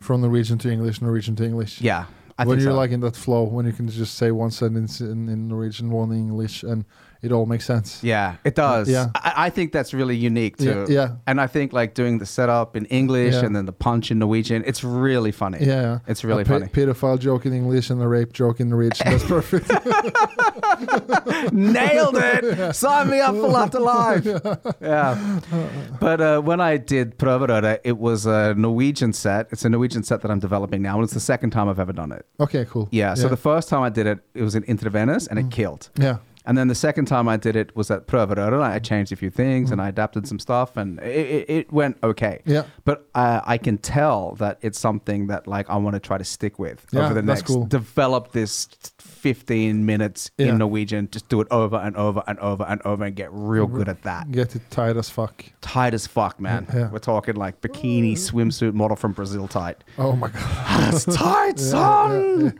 [SPEAKER 2] from Norwegian to English, Norwegian to English.
[SPEAKER 1] yeah. I
[SPEAKER 2] when
[SPEAKER 1] think
[SPEAKER 2] you're
[SPEAKER 1] so.
[SPEAKER 2] like in that flow, when you can just say one sentence in, in Norwegian, one in English, and it all makes sense.
[SPEAKER 1] Yeah, it does.
[SPEAKER 2] Yeah.
[SPEAKER 1] I, I think that's really unique too.
[SPEAKER 2] Yeah, yeah.
[SPEAKER 1] And I think like doing the setup in English
[SPEAKER 2] Yeah.
[SPEAKER 1] and then the punch in Norwegian, it's really funny.
[SPEAKER 2] Yeah,
[SPEAKER 1] It's really
[SPEAKER 2] a pe-
[SPEAKER 1] funny.
[SPEAKER 2] Pedophile joke in English and a rape joke in Norwegian. That's perfect.
[SPEAKER 1] Nailed it. Sign me up for Latte Live. Yeah. But uh, when I did Pröveröra, it was a Norwegian set. It's a Norwegian set that I'm developing now, and it's the second time I've ever done it.
[SPEAKER 2] okay, cool. Mm.
[SPEAKER 1] Yeah. So the first time I did it, it was in Intervenus, and it killed.
[SPEAKER 2] yeah,
[SPEAKER 1] And then the second time I did it was at Provedora. I changed a few things and I adapted some stuff, and it, it, it went okay.
[SPEAKER 2] Yeah.
[SPEAKER 1] But uh, I can tell that it's something that like I want to try to stick with
[SPEAKER 2] Yeah,
[SPEAKER 1] over the
[SPEAKER 2] that's
[SPEAKER 1] next.
[SPEAKER 2] cool.
[SPEAKER 1] Develop this 15 minutes
[SPEAKER 2] Yeah.
[SPEAKER 1] in Norwegian. Just do it over and over and over and over and get real good at that.
[SPEAKER 2] Get it tight as fuck.
[SPEAKER 1] Tight as fuck, man.
[SPEAKER 2] Yeah.
[SPEAKER 1] We're talking like bikini swimsuit model from Brazil tight.
[SPEAKER 2] Oh my god.
[SPEAKER 1] That's tight, son.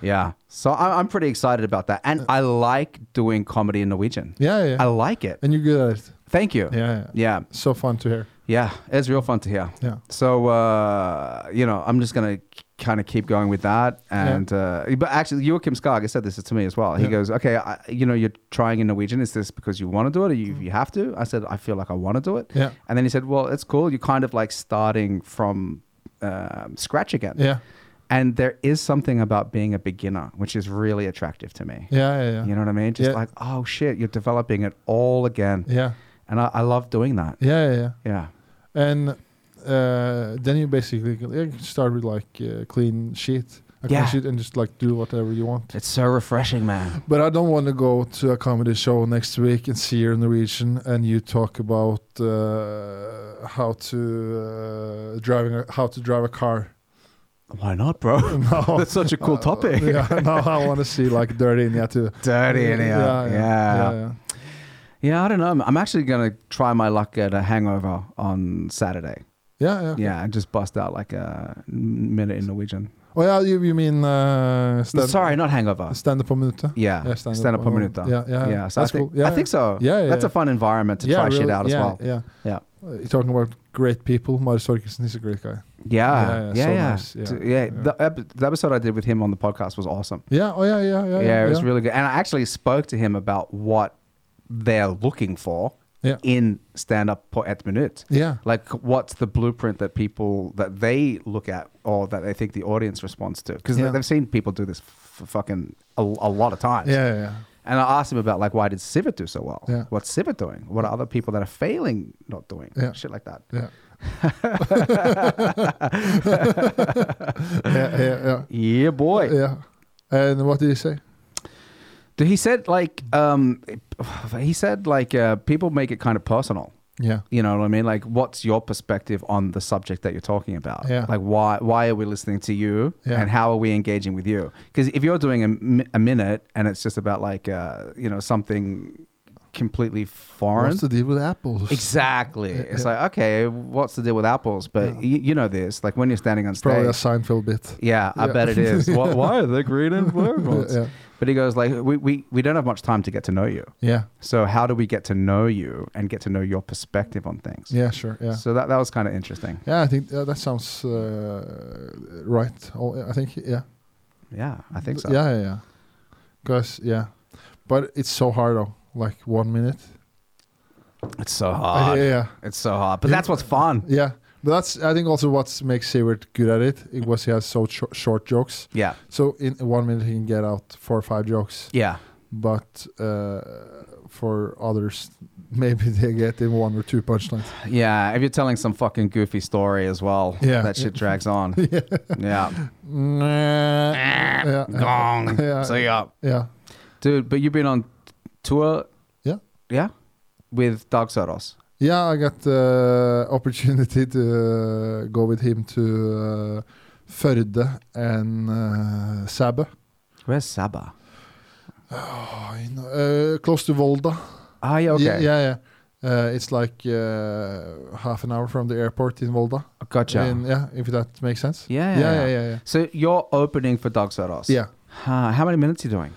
[SPEAKER 1] Yeah, So I, I'm pretty excited about that, and I like doing comedy in Norwegian.
[SPEAKER 2] Yeah, yeah.
[SPEAKER 1] I like it.
[SPEAKER 2] and you're good at it.
[SPEAKER 1] Thank you.
[SPEAKER 2] Yeah, yeah.
[SPEAKER 1] Yeah.
[SPEAKER 2] So fun to hear.
[SPEAKER 1] Yeah. It's real fun to hear.
[SPEAKER 2] Yeah.
[SPEAKER 1] So uh, you know, I'm just gonna kind of keep going with that. And uh, but actually, Joachim Skag said this to me as well. He
[SPEAKER 2] Yeah.
[SPEAKER 1] goes, "Okay, I, you know, you're trying in Norwegian. Is this because you want to do it, or you, you have to?" I said, "I feel like I want to do it."
[SPEAKER 2] Mm. Yeah.
[SPEAKER 1] And then he said, "Well, it's cool. You're kind of like starting from um, scratch again."
[SPEAKER 2] Yeah.
[SPEAKER 1] And there is something about being a beginner which is really attractive to me.
[SPEAKER 2] Yeah, yeah, yeah.
[SPEAKER 1] You know what I mean? Just
[SPEAKER 2] Yeah.
[SPEAKER 1] like, oh shit, you're developing it all again,
[SPEAKER 2] Yeah.
[SPEAKER 1] and I, I love doing that.
[SPEAKER 2] Yeah, yeah, yeah.
[SPEAKER 1] Yeah.
[SPEAKER 2] And uh, then you basically you can start with like uh, clean sheet, a clean
[SPEAKER 1] Yeah.
[SPEAKER 2] sheet, and just like do whatever you want.
[SPEAKER 1] It's so refreshing, man.
[SPEAKER 2] But I don't want to go to a comedy show next week and see you in the region and you talk about uh, how to uh, driving a, how to drive a car.
[SPEAKER 1] Why not, bro?
[SPEAKER 2] No.
[SPEAKER 1] Oh,
[SPEAKER 2] Uh,
[SPEAKER 1] That's such a cool topic.
[SPEAKER 2] yeah, no, I want to see like dirty in too.
[SPEAKER 1] Dirty in here. Yeah yeah.
[SPEAKER 2] yeah, yeah.
[SPEAKER 1] I don't know. I'm- I'm actually going to try my luck at a hangover on Saturday.
[SPEAKER 2] yeah, yeah.
[SPEAKER 1] Yeah, and just bust out like a minute in Norwegian.
[SPEAKER 2] Oh yeah, you, you mean uh, stand,
[SPEAKER 1] Sorry, not hangover.
[SPEAKER 2] stand up a minute?
[SPEAKER 1] Yeah,
[SPEAKER 2] Yeah, stand
[SPEAKER 1] stand,
[SPEAKER 2] up
[SPEAKER 1] up
[SPEAKER 2] on-
[SPEAKER 1] per minuta.
[SPEAKER 2] yeah, yeah.
[SPEAKER 1] yeah. So
[SPEAKER 2] That's
[SPEAKER 1] I think,
[SPEAKER 2] cool. Yeah,
[SPEAKER 1] I think so.
[SPEAKER 2] Yeah, yeah,
[SPEAKER 1] that's
[SPEAKER 2] yeah.
[SPEAKER 1] a fun environment to try shit
[SPEAKER 2] really,
[SPEAKER 1] out as
[SPEAKER 2] yeah,
[SPEAKER 1] well.
[SPEAKER 2] Yeah,
[SPEAKER 1] Yeah.
[SPEAKER 2] Uh, you're talking about great people. Marius Torkelsen, he's a great guy.
[SPEAKER 1] Yeah,
[SPEAKER 2] Yeah, yeah,
[SPEAKER 1] yeah,
[SPEAKER 2] so
[SPEAKER 1] yeah.
[SPEAKER 2] nice, yeah,
[SPEAKER 1] D-
[SPEAKER 2] yeah.
[SPEAKER 1] yeah. The, ep- the episode I did with him on the podcast was awesome.
[SPEAKER 2] Yeah, oh yeah, yeah, yeah.
[SPEAKER 1] Yeah, it was really good. And I actually spoke to him about what they're looking for
[SPEAKER 2] Yeah.
[SPEAKER 1] in stand up på ett minut.
[SPEAKER 2] Yeah.
[SPEAKER 1] Like what's the blueprint that people that they look at or that they think the audience responds to? Because
[SPEAKER 2] Yeah.
[SPEAKER 1] they've seen people do this f- fucking a, a lot of times.
[SPEAKER 2] Yeah, yeah,
[SPEAKER 1] And I asked him about like why did Civet do so well?
[SPEAKER 2] Yeah.
[SPEAKER 1] What's Civet doing? What are other people that are failing not doing?
[SPEAKER 2] Yeah.
[SPEAKER 1] Shit like that.
[SPEAKER 2] yeah. yeah, yeah, yeah.
[SPEAKER 1] Yeah, boy.
[SPEAKER 2] Yeah. And what did you say?
[SPEAKER 1] Dude, He said like um, he said like uh, people make it kind of personal.
[SPEAKER 2] Yeah.
[SPEAKER 1] You know what I mean? Like, what's your perspective on the subject that you're talking about?
[SPEAKER 2] Yeah.
[SPEAKER 1] Like, why why are we listening to you,
[SPEAKER 2] Yeah.
[SPEAKER 1] and how are we engaging with you? Because if you're doing a, mi- a minute and it's just about like uh, you know something completely foreign,
[SPEAKER 2] What's the deal with apples?
[SPEAKER 1] exactly. It's like okay, what's the deal with apples? But
[SPEAKER 2] Yeah.
[SPEAKER 1] you, you know this, like when you're standing on stage,
[SPEAKER 2] Probably a Seinfeld bit.
[SPEAKER 1] yeah, I
[SPEAKER 2] Yeah.
[SPEAKER 1] bet it is. Why, why are they green and blue?
[SPEAKER 2] Yeah.
[SPEAKER 1] But he goes like, we, we we don't have much time to get to know you.
[SPEAKER 2] Yeah.
[SPEAKER 1] So how do we get to know you and get to know your perspective on things?
[SPEAKER 2] Yeah. Sure. Yeah.
[SPEAKER 1] So that, that was kind of interesting.
[SPEAKER 2] Yeah, I think uh, that sounds uh, right. Oh, I think yeah.
[SPEAKER 1] Yeah, I think so.
[SPEAKER 2] Yeah, yeah, yeah. Because yeah, but it's so hard though. Like one minute.
[SPEAKER 1] It's so
[SPEAKER 2] Uh,
[SPEAKER 1] hard.
[SPEAKER 2] yeah, yeah,
[SPEAKER 1] It's so hard. But that's what's fun.
[SPEAKER 2] yeah. But that's I think also what makes Seward good at it. It was he has so sh- short jokes.
[SPEAKER 1] Yeah.
[SPEAKER 2] So in one minute he can get out four or five jokes.
[SPEAKER 1] Yeah.
[SPEAKER 2] But uh, for others, maybe they get in one or two punchlines.
[SPEAKER 1] Yeah. If you're telling some fucking goofy story as well,
[SPEAKER 2] Yeah.
[SPEAKER 1] that shit drags on.
[SPEAKER 2] yeah.
[SPEAKER 1] yeah.
[SPEAKER 2] yeah.
[SPEAKER 1] Gong.
[SPEAKER 2] Yeah.
[SPEAKER 1] See ya.
[SPEAKER 2] Yeah.
[SPEAKER 1] Dude, but you've been on tour.
[SPEAKER 2] Yeah.
[SPEAKER 1] Yeah. With Doug Soros.
[SPEAKER 2] Yeah, I got the opportunity to uh, go with him to uh, Førde and uh, Sæbø.
[SPEAKER 1] Where's Saba?
[SPEAKER 2] Oh, you know, uh, close to Volda.
[SPEAKER 1] Ah, yeah. Okay.
[SPEAKER 2] Yeah, yeah. yeah. Uh, it's like uh, half an hour from the airport in Volda.
[SPEAKER 1] Gotcha.
[SPEAKER 2] In- yeah, if that makes sense.
[SPEAKER 1] yeah.
[SPEAKER 2] yeah, yeah, yeah. yeah.
[SPEAKER 1] So you're opening for Doug Soros.
[SPEAKER 2] Yeah.
[SPEAKER 1] Huh, how many minutes are you doing?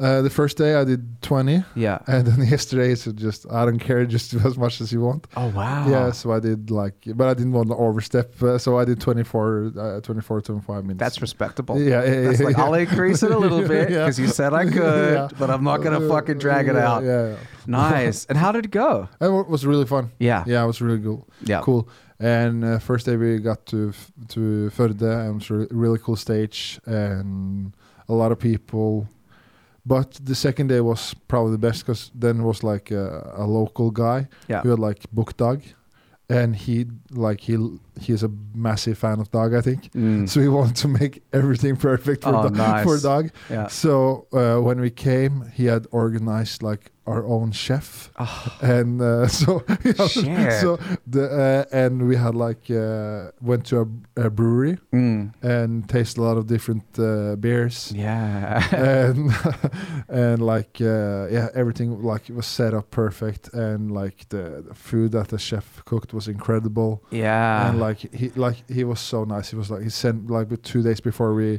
[SPEAKER 2] Uh, the first day I did 20,
[SPEAKER 1] Yeah.
[SPEAKER 2] and then yesterday it's just I don't care, just do as much as you want.
[SPEAKER 1] Oh wow.
[SPEAKER 2] Yeah, so I did like, but I didn't want to overstep, uh, so I did 24, uh, 24, 25 minutes.
[SPEAKER 1] That's respectable.
[SPEAKER 2] Yeah, yeah,
[SPEAKER 1] That's
[SPEAKER 2] yeah,
[SPEAKER 1] like
[SPEAKER 2] yeah.
[SPEAKER 1] I'll increase it a little bit
[SPEAKER 2] Yeah.
[SPEAKER 1] because you said I could,
[SPEAKER 2] Yeah. Uh,
[SPEAKER 1] but I'm not gonna fucking drag it
[SPEAKER 2] Yeah,
[SPEAKER 1] out.
[SPEAKER 2] Yeah, yeah.
[SPEAKER 1] Nice. And how did it go?
[SPEAKER 2] It wa- was really fun.
[SPEAKER 1] Yeah.
[SPEAKER 2] Yeah, it was really cool.
[SPEAKER 1] Yeah.
[SPEAKER 2] Cool. And uh, first day we got to f- to Førde, and it was a really cool stage and a lot of people. But the second day was probably the best because then it was like a, a local guy
[SPEAKER 1] Yeah.
[SPEAKER 2] who had like book dog, and he like he l- he is a massive fan of dog, I think.
[SPEAKER 1] Mm.
[SPEAKER 2] So he wanted to make everything perfect for,
[SPEAKER 1] Oh,
[SPEAKER 2] dog,
[SPEAKER 1] nice.
[SPEAKER 2] for dog.
[SPEAKER 1] yeah.
[SPEAKER 2] So uh, when we came, he had organized like our own chef,
[SPEAKER 1] Ah,
[SPEAKER 2] and uh, so
[SPEAKER 1] Shit.
[SPEAKER 2] so the uh, and we had like uh, went to a, a brewery
[SPEAKER 1] mm.
[SPEAKER 2] and tasted a lot of different uh, beers.
[SPEAKER 1] Yeah.
[SPEAKER 2] and and like uh, yeah everything like was set up perfect and like the, the food that the chef cooked was incredible
[SPEAKER 1] yeah.
[SPEAKER 2] and like he like he was so nice. He was like he sent like with two days before we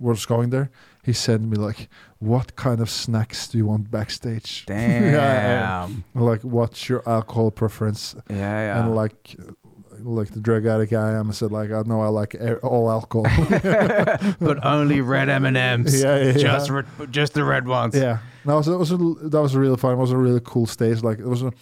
[SPEAKER 2] was going there, he sent me like what kind of snacks do you want backstage?
[SPEAKER 1] Damn.
[SPEAKER 2] yeah,
[SPEAKER 1] yeah.
[SPEAKER 2] and, like what's your alcohol preference?
[SPEAKER 1] Yeah.
[SPEAKER 2] And like like the drug addict I am, I said like I know I like e- all alcohol.
[SPEAKER 1] but only red M and M's.
[SPEAKER 2] Yeah, yeah,
[SPEAKER 1] Just
[SPEAKER 2] yeah.
[SPEAKER 1] re- just the red ones.
[SPEAKER 2] yeah. No, so that was a, l- that was really fun. It was a really cool stage. Like it was a,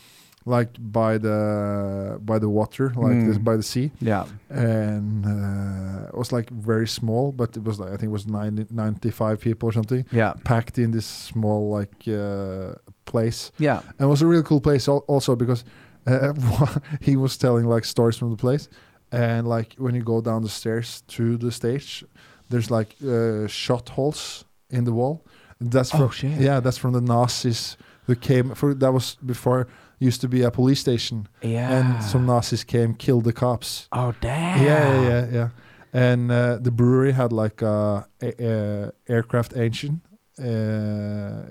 [SPEAKER 2] like by the by the water, like
[SPEAKER 1] Mm.
[SPEAKER 2] this by the sea.
[SPEAKER 1] Yeah.
[SPEAKER 2] and uh, it was like very small, but it was like I think it was 90, 95 people or something
[SPEAKER 1] Yeah.
[SPEAKER 2] packed in this small like uh, place.
[SPEAKER 1] Yeah.
[SPEAKER 2] And it was a really cool place al- also because uh, he was telling like stories from the place, and like when you go down the stairs to the stage, there's like uh, shot holes in the wall. That's from
[SPEAKER 1] Oh shit.
[SPEAKER 2] yeah, that's from the Nazis who came for that was before used to be a police station,
[SPEAKER 1] Yeah.
[SPEAKER 2] and some Nazis came killed the cops.
[SPEAKER 1] Oh damn.
[SPEAKER 2] Yeah, yeah, yeah. yeah. And uh, the brewery had like uh, a, uh aircraft engine, uh,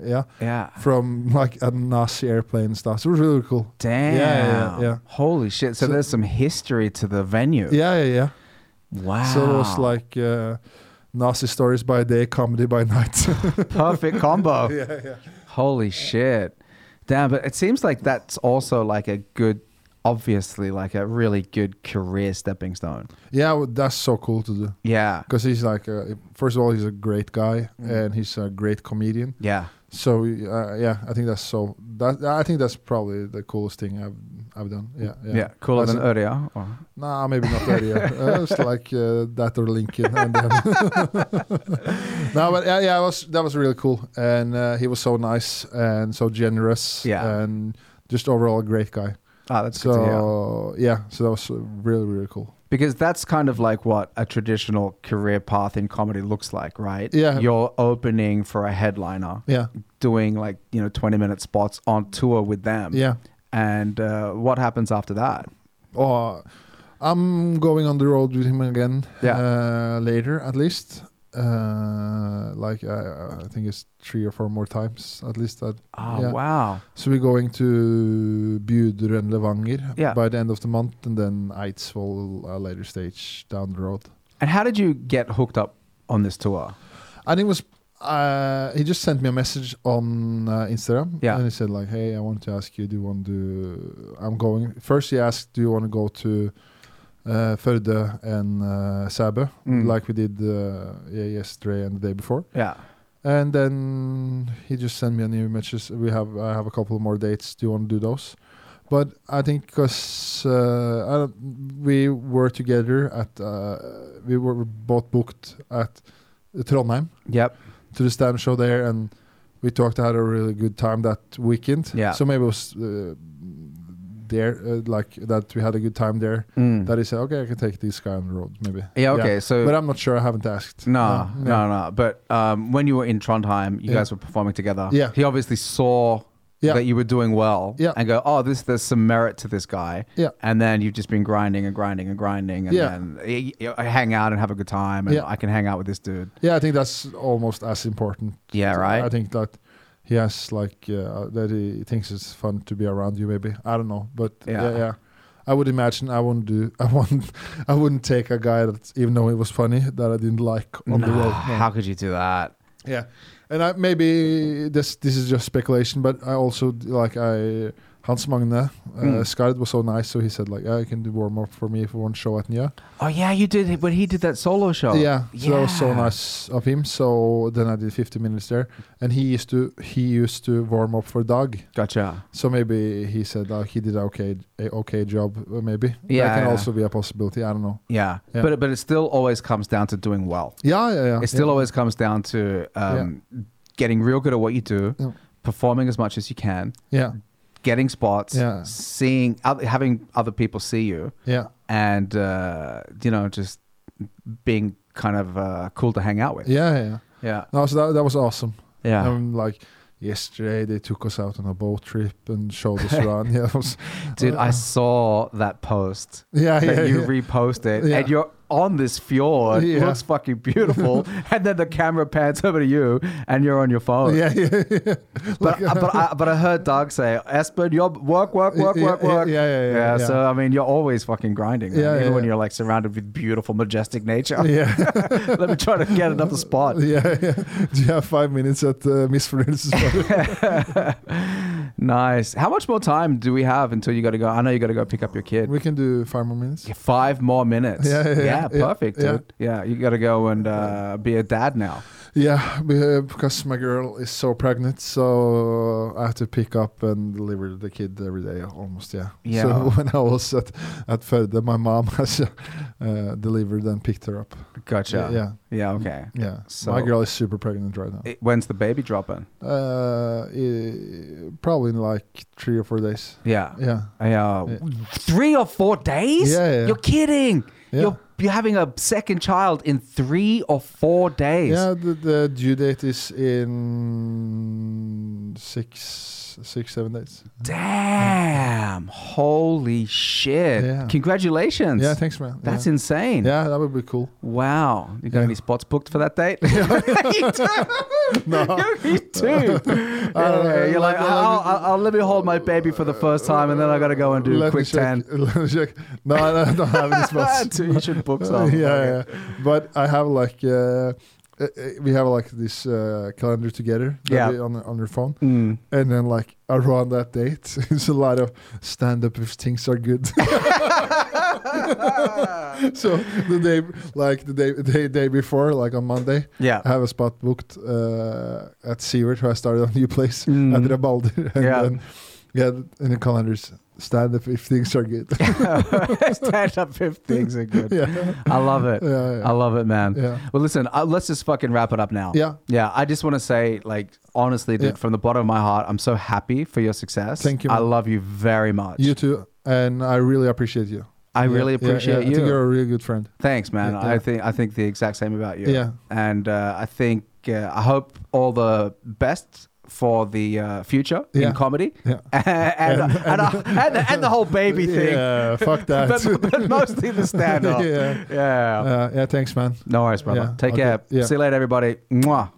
[SPEAKER 2] yeah,
[SPEAKER 1] Yeah.
[SPEAKER 2] from like a Nazi airplane and stuff. So it was really cool.
[SPEAKER 1] Damn.
[SPEAKER 2] yeah, yeah.
[SPEAKER 1] Holy shit. So,
[SPEAKER 2] So-
[SPEAKER 1] there's some history to the venue.
[SPEAKER 2] Yeah, yeah, yeah.
[SPEAKER 1] Wow.
[SPEAKER 2] So it was like uh, Nazi stories by day, comedy by night.
[SPEAKER 1] perfect combo.
[SPEAKER 2] yeah, yeah.
[SPEAKER 1] Holy shit. Damn, but it seems like that's also like a good obviously like a really good career stepping stone.
[SPEAKER 2] Yeah, well, that's so cool to do
[SPEAKER 1] Yeah.
[SPEAKER 2] because he's like, uh, first of all, he's a great guy
[SPEAKER 1] Mm.
[SPEAKER 2] and he's a great comedian.
[SPEAKER 1] Yeah.
[SPEAKER 2] So uh, yeah, I think that's so. That I think that's probably the coolest thing I've I've done. Yeah,
[SPEAKER 1] Yeah.
[SPEAKER 2] yeah.
[SPEAKER 1] Cooler
[SPEAKER 2] That's
[SPEAKER 1] than Oh. Uria. or-
[SPEAKER 2] Nah, maybe not that year. uh, it's like uh, that or Lincoln. And then no, but yeah, yeah, it was that was really cool, and uh, he was so nice and so generous,
[SPEAKER 1] Yeah.
[SPEAKER 2] and just overall a great guy.
[SPEAKER 1] Ah, that's good to hear.
[SPEAKER 2] so yeah, so that was uh, really really cool.
[SPEAKER 1] Because that's kind of like what a traditional career path in comedy looks like, right?
[SPEAKER 2] Yeah.
[SPEAKER 1] You're opening for a headliner,
[SPEAKER 2] Yeah,
[SPEAKER 1] doing like, you know, 20 minute spots on tour with them.
[SPEAKER 2] yeah.
[SPEAKER 1] And uh, what happens after that?
[SPEAKER 2] Oh, I'm going on the road with him again.
[SPEAKER 1] Yeah.
[SPEAKER 2] uh, later at least. Uh, like uh, I think it's three or four more times at least that
[SPEAKER 1] Oh,
[SPEAKER 2] Yeah.
[SPEAKER 1] wow.
[SPEAKER 2] So we're going to Bjuder and Levanger
[SPEAKER 1] Yeah.
[SPEAKER 2] by the end of the month, and then Eidsvoll a later stage down the road.
[SPEAKER 1] And how did you get hooked up on this tour?
[SPEAKER 2] And it was uh, he just sent me a message on uh, Instagram,
[SPEAKER 1] Yeah.
[SPEAKER 2] and he said like, "Hey, I want to ask you, do you want to? I'm going." First, he asked, "Do you want to go to uh, Førde and uh, Sæbø,
[SPEAKER 1] Mm.
[SPEAKER 2] like we did uh, yeah, yesterday and the day before?"
[SPEAKER 1] Yeah.
[SPEAKER 2] And then he just sent me a new message. We have I have a couple more dates. Do you want to do those? But I think because uh, I don't- we were together at uh, we were both booked at Trondheim
[SPEAKER 1] Yep.
[SPEAKER 2] to the stand show there, and we talked had a really good time that weekend.
[SPEAKER 1] Yeah.
[SPEAKER 2] So maybe it was uh, there uh, like that we had a good time there.
[SPEAKER 1] Mm.
[SPEAKER 2] That he said, okay, I can take this guy on the road maybe.
[SPEAKER 1] yeah. Okay. So
[SPEAKER 2] But I'm not sure. I haven't asked.
[SPEAKER 1] Uh, No,
[SPEAKER 2] Yeah.
[SPEAKER 1] no, no. But um, when you were in Trondheim, you
[SPEAKER 2] Yeah.
[SPEAKER 1] guys were performing together.
[SPEAKER 2] Yeah.
[SPEAKER 1] He obviously saw
[SPEAKER 2] Yeah.
[SPEAKER 1] that you were doing well
[SPEAKER 2] Yeah.
[SPEAKER 1] and go, oh, this there's some merit to this guy.
[SPEAKER 2] Yeah.
[SPEAKER 1] And then you've just been grinding and grinding and grinding. And
[SPEAKER 2] Yeah.
[SPEAKER 1] then y- y- I hang out and have a good time. And
[SPEAKER 2] Yeah.
[SPEAKER 1] I can hang out with this dude.
[SPEAKER 2] Yeah, I think that's almost as important.
[SPEAKER 1] Yeah, right?
[SPEAKER 2] I think that he has like uh, that he thinks it's fun to be around you. Maybe I don't know, but yeah,
[SPEAKER 1] Yeah.
[SPEAKER 2] yeah. I would imagine I wouldn't do. I wouldn't. I wouldn't take a guy that even though he was funny that I didn't like on the
[SPEAKER 1] Nah,
[SPEAKER 2] road. No.
[SPEAKER 1] Ah, How could you do that?
[SPEAKER 2] Yeah, and I, maybe this this is just speculation, but I also d- like I Hans Magne uh,
[SPEAKER 1] Mm.
[SPEAKER 2] Skard was so nice, so he said like, "I can do warm up for me for one show at Nya."
[SPEAKER 1] Oh, yeah, you did. But he did that solo show.
[SPEAKER 2] Yeah, so that was so
[SPEAKER 1] Yeah.
[SPEAKER 2] nice of him. So then I did 50 minutes there, and he used to he used to warm up for Doug.
[SPEAKER 1] Gotcha.
[SPEAKER 2] So maybe he said like he did a okay a okay job. uh, Maybe
[SPEAKER 1] Yeah,
[SPEAKER 2] that can
[SPEAKER 1] yeah.
[SPEAKER 2] also be a possibility. I don't know.
[SPEAKER 1] Yeah.
[SPEAKER 2] Yeah.
[SPEAKER 1] But, but it still always comes down to doing well.
[SPEAKER 2] Yeah, yeah, yeah.
[SPEAKER 1] it still always comes down to um, getting real good at what you do,
[SPEAKER 2] Yeah.
[SPEAKER 1] performing as much as you can,
[SPEAKER 2] yeah,
[SPEAKER 1] getting spots,
[SPEAKER 2] Yeah.
[SPEAKER 1] seeing oth- having other people see you,
[SPEAKER 2] yeah,
[SPEAKER 1] and uh, you know just being kind of uh, cool to hang out with.
[SPEAKER 2] Yeah, Um, yeah. yeah.
[SPEAKER 1] Yeah,
[SPEAKER 2] No, so that, that was awesome.
[SPEAKER 1] yeah.
[SPEAKER 2] And like yesterday, they took us out on a boat trip and showed us around. Yeah, it was,
[SPEAKER 1] Dude, I
[SPEAKER 2] uh,
[SPEAKER 1] saw that post
[SPEAKER 2] yeah, yeah,
[SPEAKER 1] that you
[SPEAKER 2] yeah.
[SPEAKER 1] reposted,
[SPEAKER 2] Yeah.
[SPEAKER 1] and you're on this fjord. It
[SPEAKER 2] Yeah.
[SPEAKER 1] looks fucking beautiful, and then the camera pans over to you, and you're on your phone.
[SPEAKER 2] yeah, yeah, yeah.
[SPEAKER 1] But, uh, but, I, but I heard Doug say, Espen, you work, work, work,
[SPEAKER 2] Yeah,
[SPEAKER 1] work,
[SPEAKER 2] yeah,
[SPEAKER 1] work.
[SPEAKER 2] yeah, yeah, yeah, yeah.
[SPEAKER 1] So, I mean, you're always fucking grinding, man,
[SPEAKER 2] Yeah,
[SPEAKER 1] even
[SPEAKER 2] yeah,
[SPEAKER 1] when
[SPEAKER 2] yeah.
[SPEAKER 1] you're like surrounded with beautiful, majestic nature.
[SPEAKER 2] yeah,
[SPEAKER 1] Let me try to get another spot.
[SPEAKER 2] yeah, yeah. Do you have five minutes at uh, Miss Ferentz's
[SPEAKER 1] nice. How much more time do we have until you got to go? I know you got to go pick up your kid.
[SPEAKER 2] We can do five more minutes.
[SPEAKER 1] Yeah, Five more minutes.
[SPEAKER 2] Yeah, yeah, yeah,
[SPEAKER 1] perfect,
[SPEAKER 2] yeah.
[SPEAKER 1] dude. Yeah, you got to go and uh, be a dad now.
[SPEAKER 2] Yeah, we, uh, because my girl is so pregnant, so I have to pick up and deliver the kid every day almost. Yeah.
[SPEAKER 1] Yeah.
[SPEAKER 2] So when I was at at Førde, my mom has uh, delivered and picked her up.
[SPEAKER 1] Gotcha.
[SPEAKER 2] Yeah.
[SPEAKER 1] Yeah, okay.
[SPEAKER 2] Yeah.
[SPEAKER 1] So-
[SPEAKER 2] my girl is super pregnant right now.
[SPEAKER 1] It- when's the baby dropping?
[SPEAKER 2] Uh, i- probably in like three or four days.
[SPEAKER 1] Yeah.
[SPEAKER 2] Yeah.
[SPEAKER 1] Yeah.
[SPEAKER 2] Yeah.
[SPEAKER 1] Three or four days?
[SPEAKER 2] Yeah, yeah, yeah.
[SPEAKER 1] You're kidding.
[SPEAKER 2] Yeah.
[SPEAKER 1] You're, you're having a second child in three or four days.
[SPEAKER 2] Yeah, the, the due date is in six, six, seven days.
[SPEAKER 1] Damn. Holy shit.
[SPEAKER 2] Yeah.
[SPEAKER 1] Congratulations.
[SPEAKER 2] Yeah, thanks, man.
[SPEAKER 1] That's
[SPEAKER 2] yeah.
[SPEAKER 1] insane.
[SPEAKER 2] Yeah, that would be cool.
[SPEAKER 1] Wow. You got
[SPEAKER 2] Yeah.
[SPEAKER 1] any spots booked for that date? you do.
[SPEAKER 2] No.
[SPEAKER 1] You do.
[SPEAKER 2] don't know.
[SPEAKER 1] You're like,
[SPEAKER 2] Uh, Let- let-
[SPEAKER 1] I'll, I'll, I'll let me hold my baby for the first time and then I got to go and do
[SPEAKER 2] Let
[SPEAKER 1] a
[SPEAKER 2] me
[SPEAKER 1] quick
[SPEAKER 2] check.
[SPEAKER 1] 10.
[SPEAKER 2] Let me check. No, I don't- don't have any spots.
[SPEAKER 1] you should book
[SPEAKER 2] yeah,
[SPEAKER 1] some.
[SPEAKER 2] yeah, but I have like uh, uh, we have like this uh, calendar together. that
[SPEAKER 1] Yeah.
[SPEAKER 2] we on on your phone,
[SPEAKER 1] Mm.
[SPEAKER 2] and then like around that date, it's a lot of stand up if things are good. so the day, like the day, day, day before, like on Monday,
[SPEAKER 1] yeah.
[SPEAKER 2] I have a spot booked uh, at Seward, who I started a new place at
[SPEAKER 1] Mm.
[SPEAKER 2] Rabalder. And
[SPEAKER 1] Yeah.
[SPEAKER 2] Then, yeah, in the calendars, stand up if things are good. yeah,
[SPEAKER 1] Stand up if things are good.
[SPEAKER 2] yeah,
[SPEAKER 1] I love it. I
[SPEAKER 2] yeah,
[SPEAKER 1] love it, man.
[SPEAKER 2] yeah.
[SPEAKER 1] Well, listen, uh, let's just fucking wrap it up now.
[SPEAKER 2] Yeah.
[SPEAKER 1] Yeah. I just want to say, like, honestly, dude,
[SPEAKER 2] Yeah.
[SPEAKER 1] from the bottom of my heart, I'm so happy for your success.
[SPEAKER 2] Thank you,
[SPEAKER 1] I
[SPEAKER 2] man.
[SPEAKER 1] love you very much.
[SPEAKER 2] You too, and I really appreciate you.
[SPEAKER 1] I really
[SPEAKER 2] Yeah, yeah,
[SPEAKER 1] appreciate
[SPEAKER 2] yeah. I think
[SPEAKER 1] you.
[SPEAKER 2] you're a really good friend.
[SPEAKER 1] Thanks, man.
[SPEAKER 2] Yeah.
[SPEAKER 1] I think I think the exact same about you.
[SPEAKER 2] Yeah.
[SPEAKER 1] And uh, I think uh, I hope all the best for the uh, future
[SPEAKER 2] Yeah.
[SPEAKER 1] in comedy.
[SPEAKER 2] Yeah.
[SPEAKER 1] and, and, uh, and, and the, and the whole baby thing.
[SPEAKER 2] Yeah, fuck that.
[SPEAKER 1] But, but mostly the stand up.
[SPEAKER 2] yeah.
[SPEAKER 1] yeah.
[SPEAKER 2] Uh, yeah, thanks, man.
[SPEAKER 1] No worries, brother.
[SPEAKER 2] Yeah,
[SPEAKER 1] Take
[SPEAKER 2] okay.
[SPEAKER 1] care.
[SPEAKER 2] Yeah.
[SPEAKER 1] See you later, everybody. Mwah.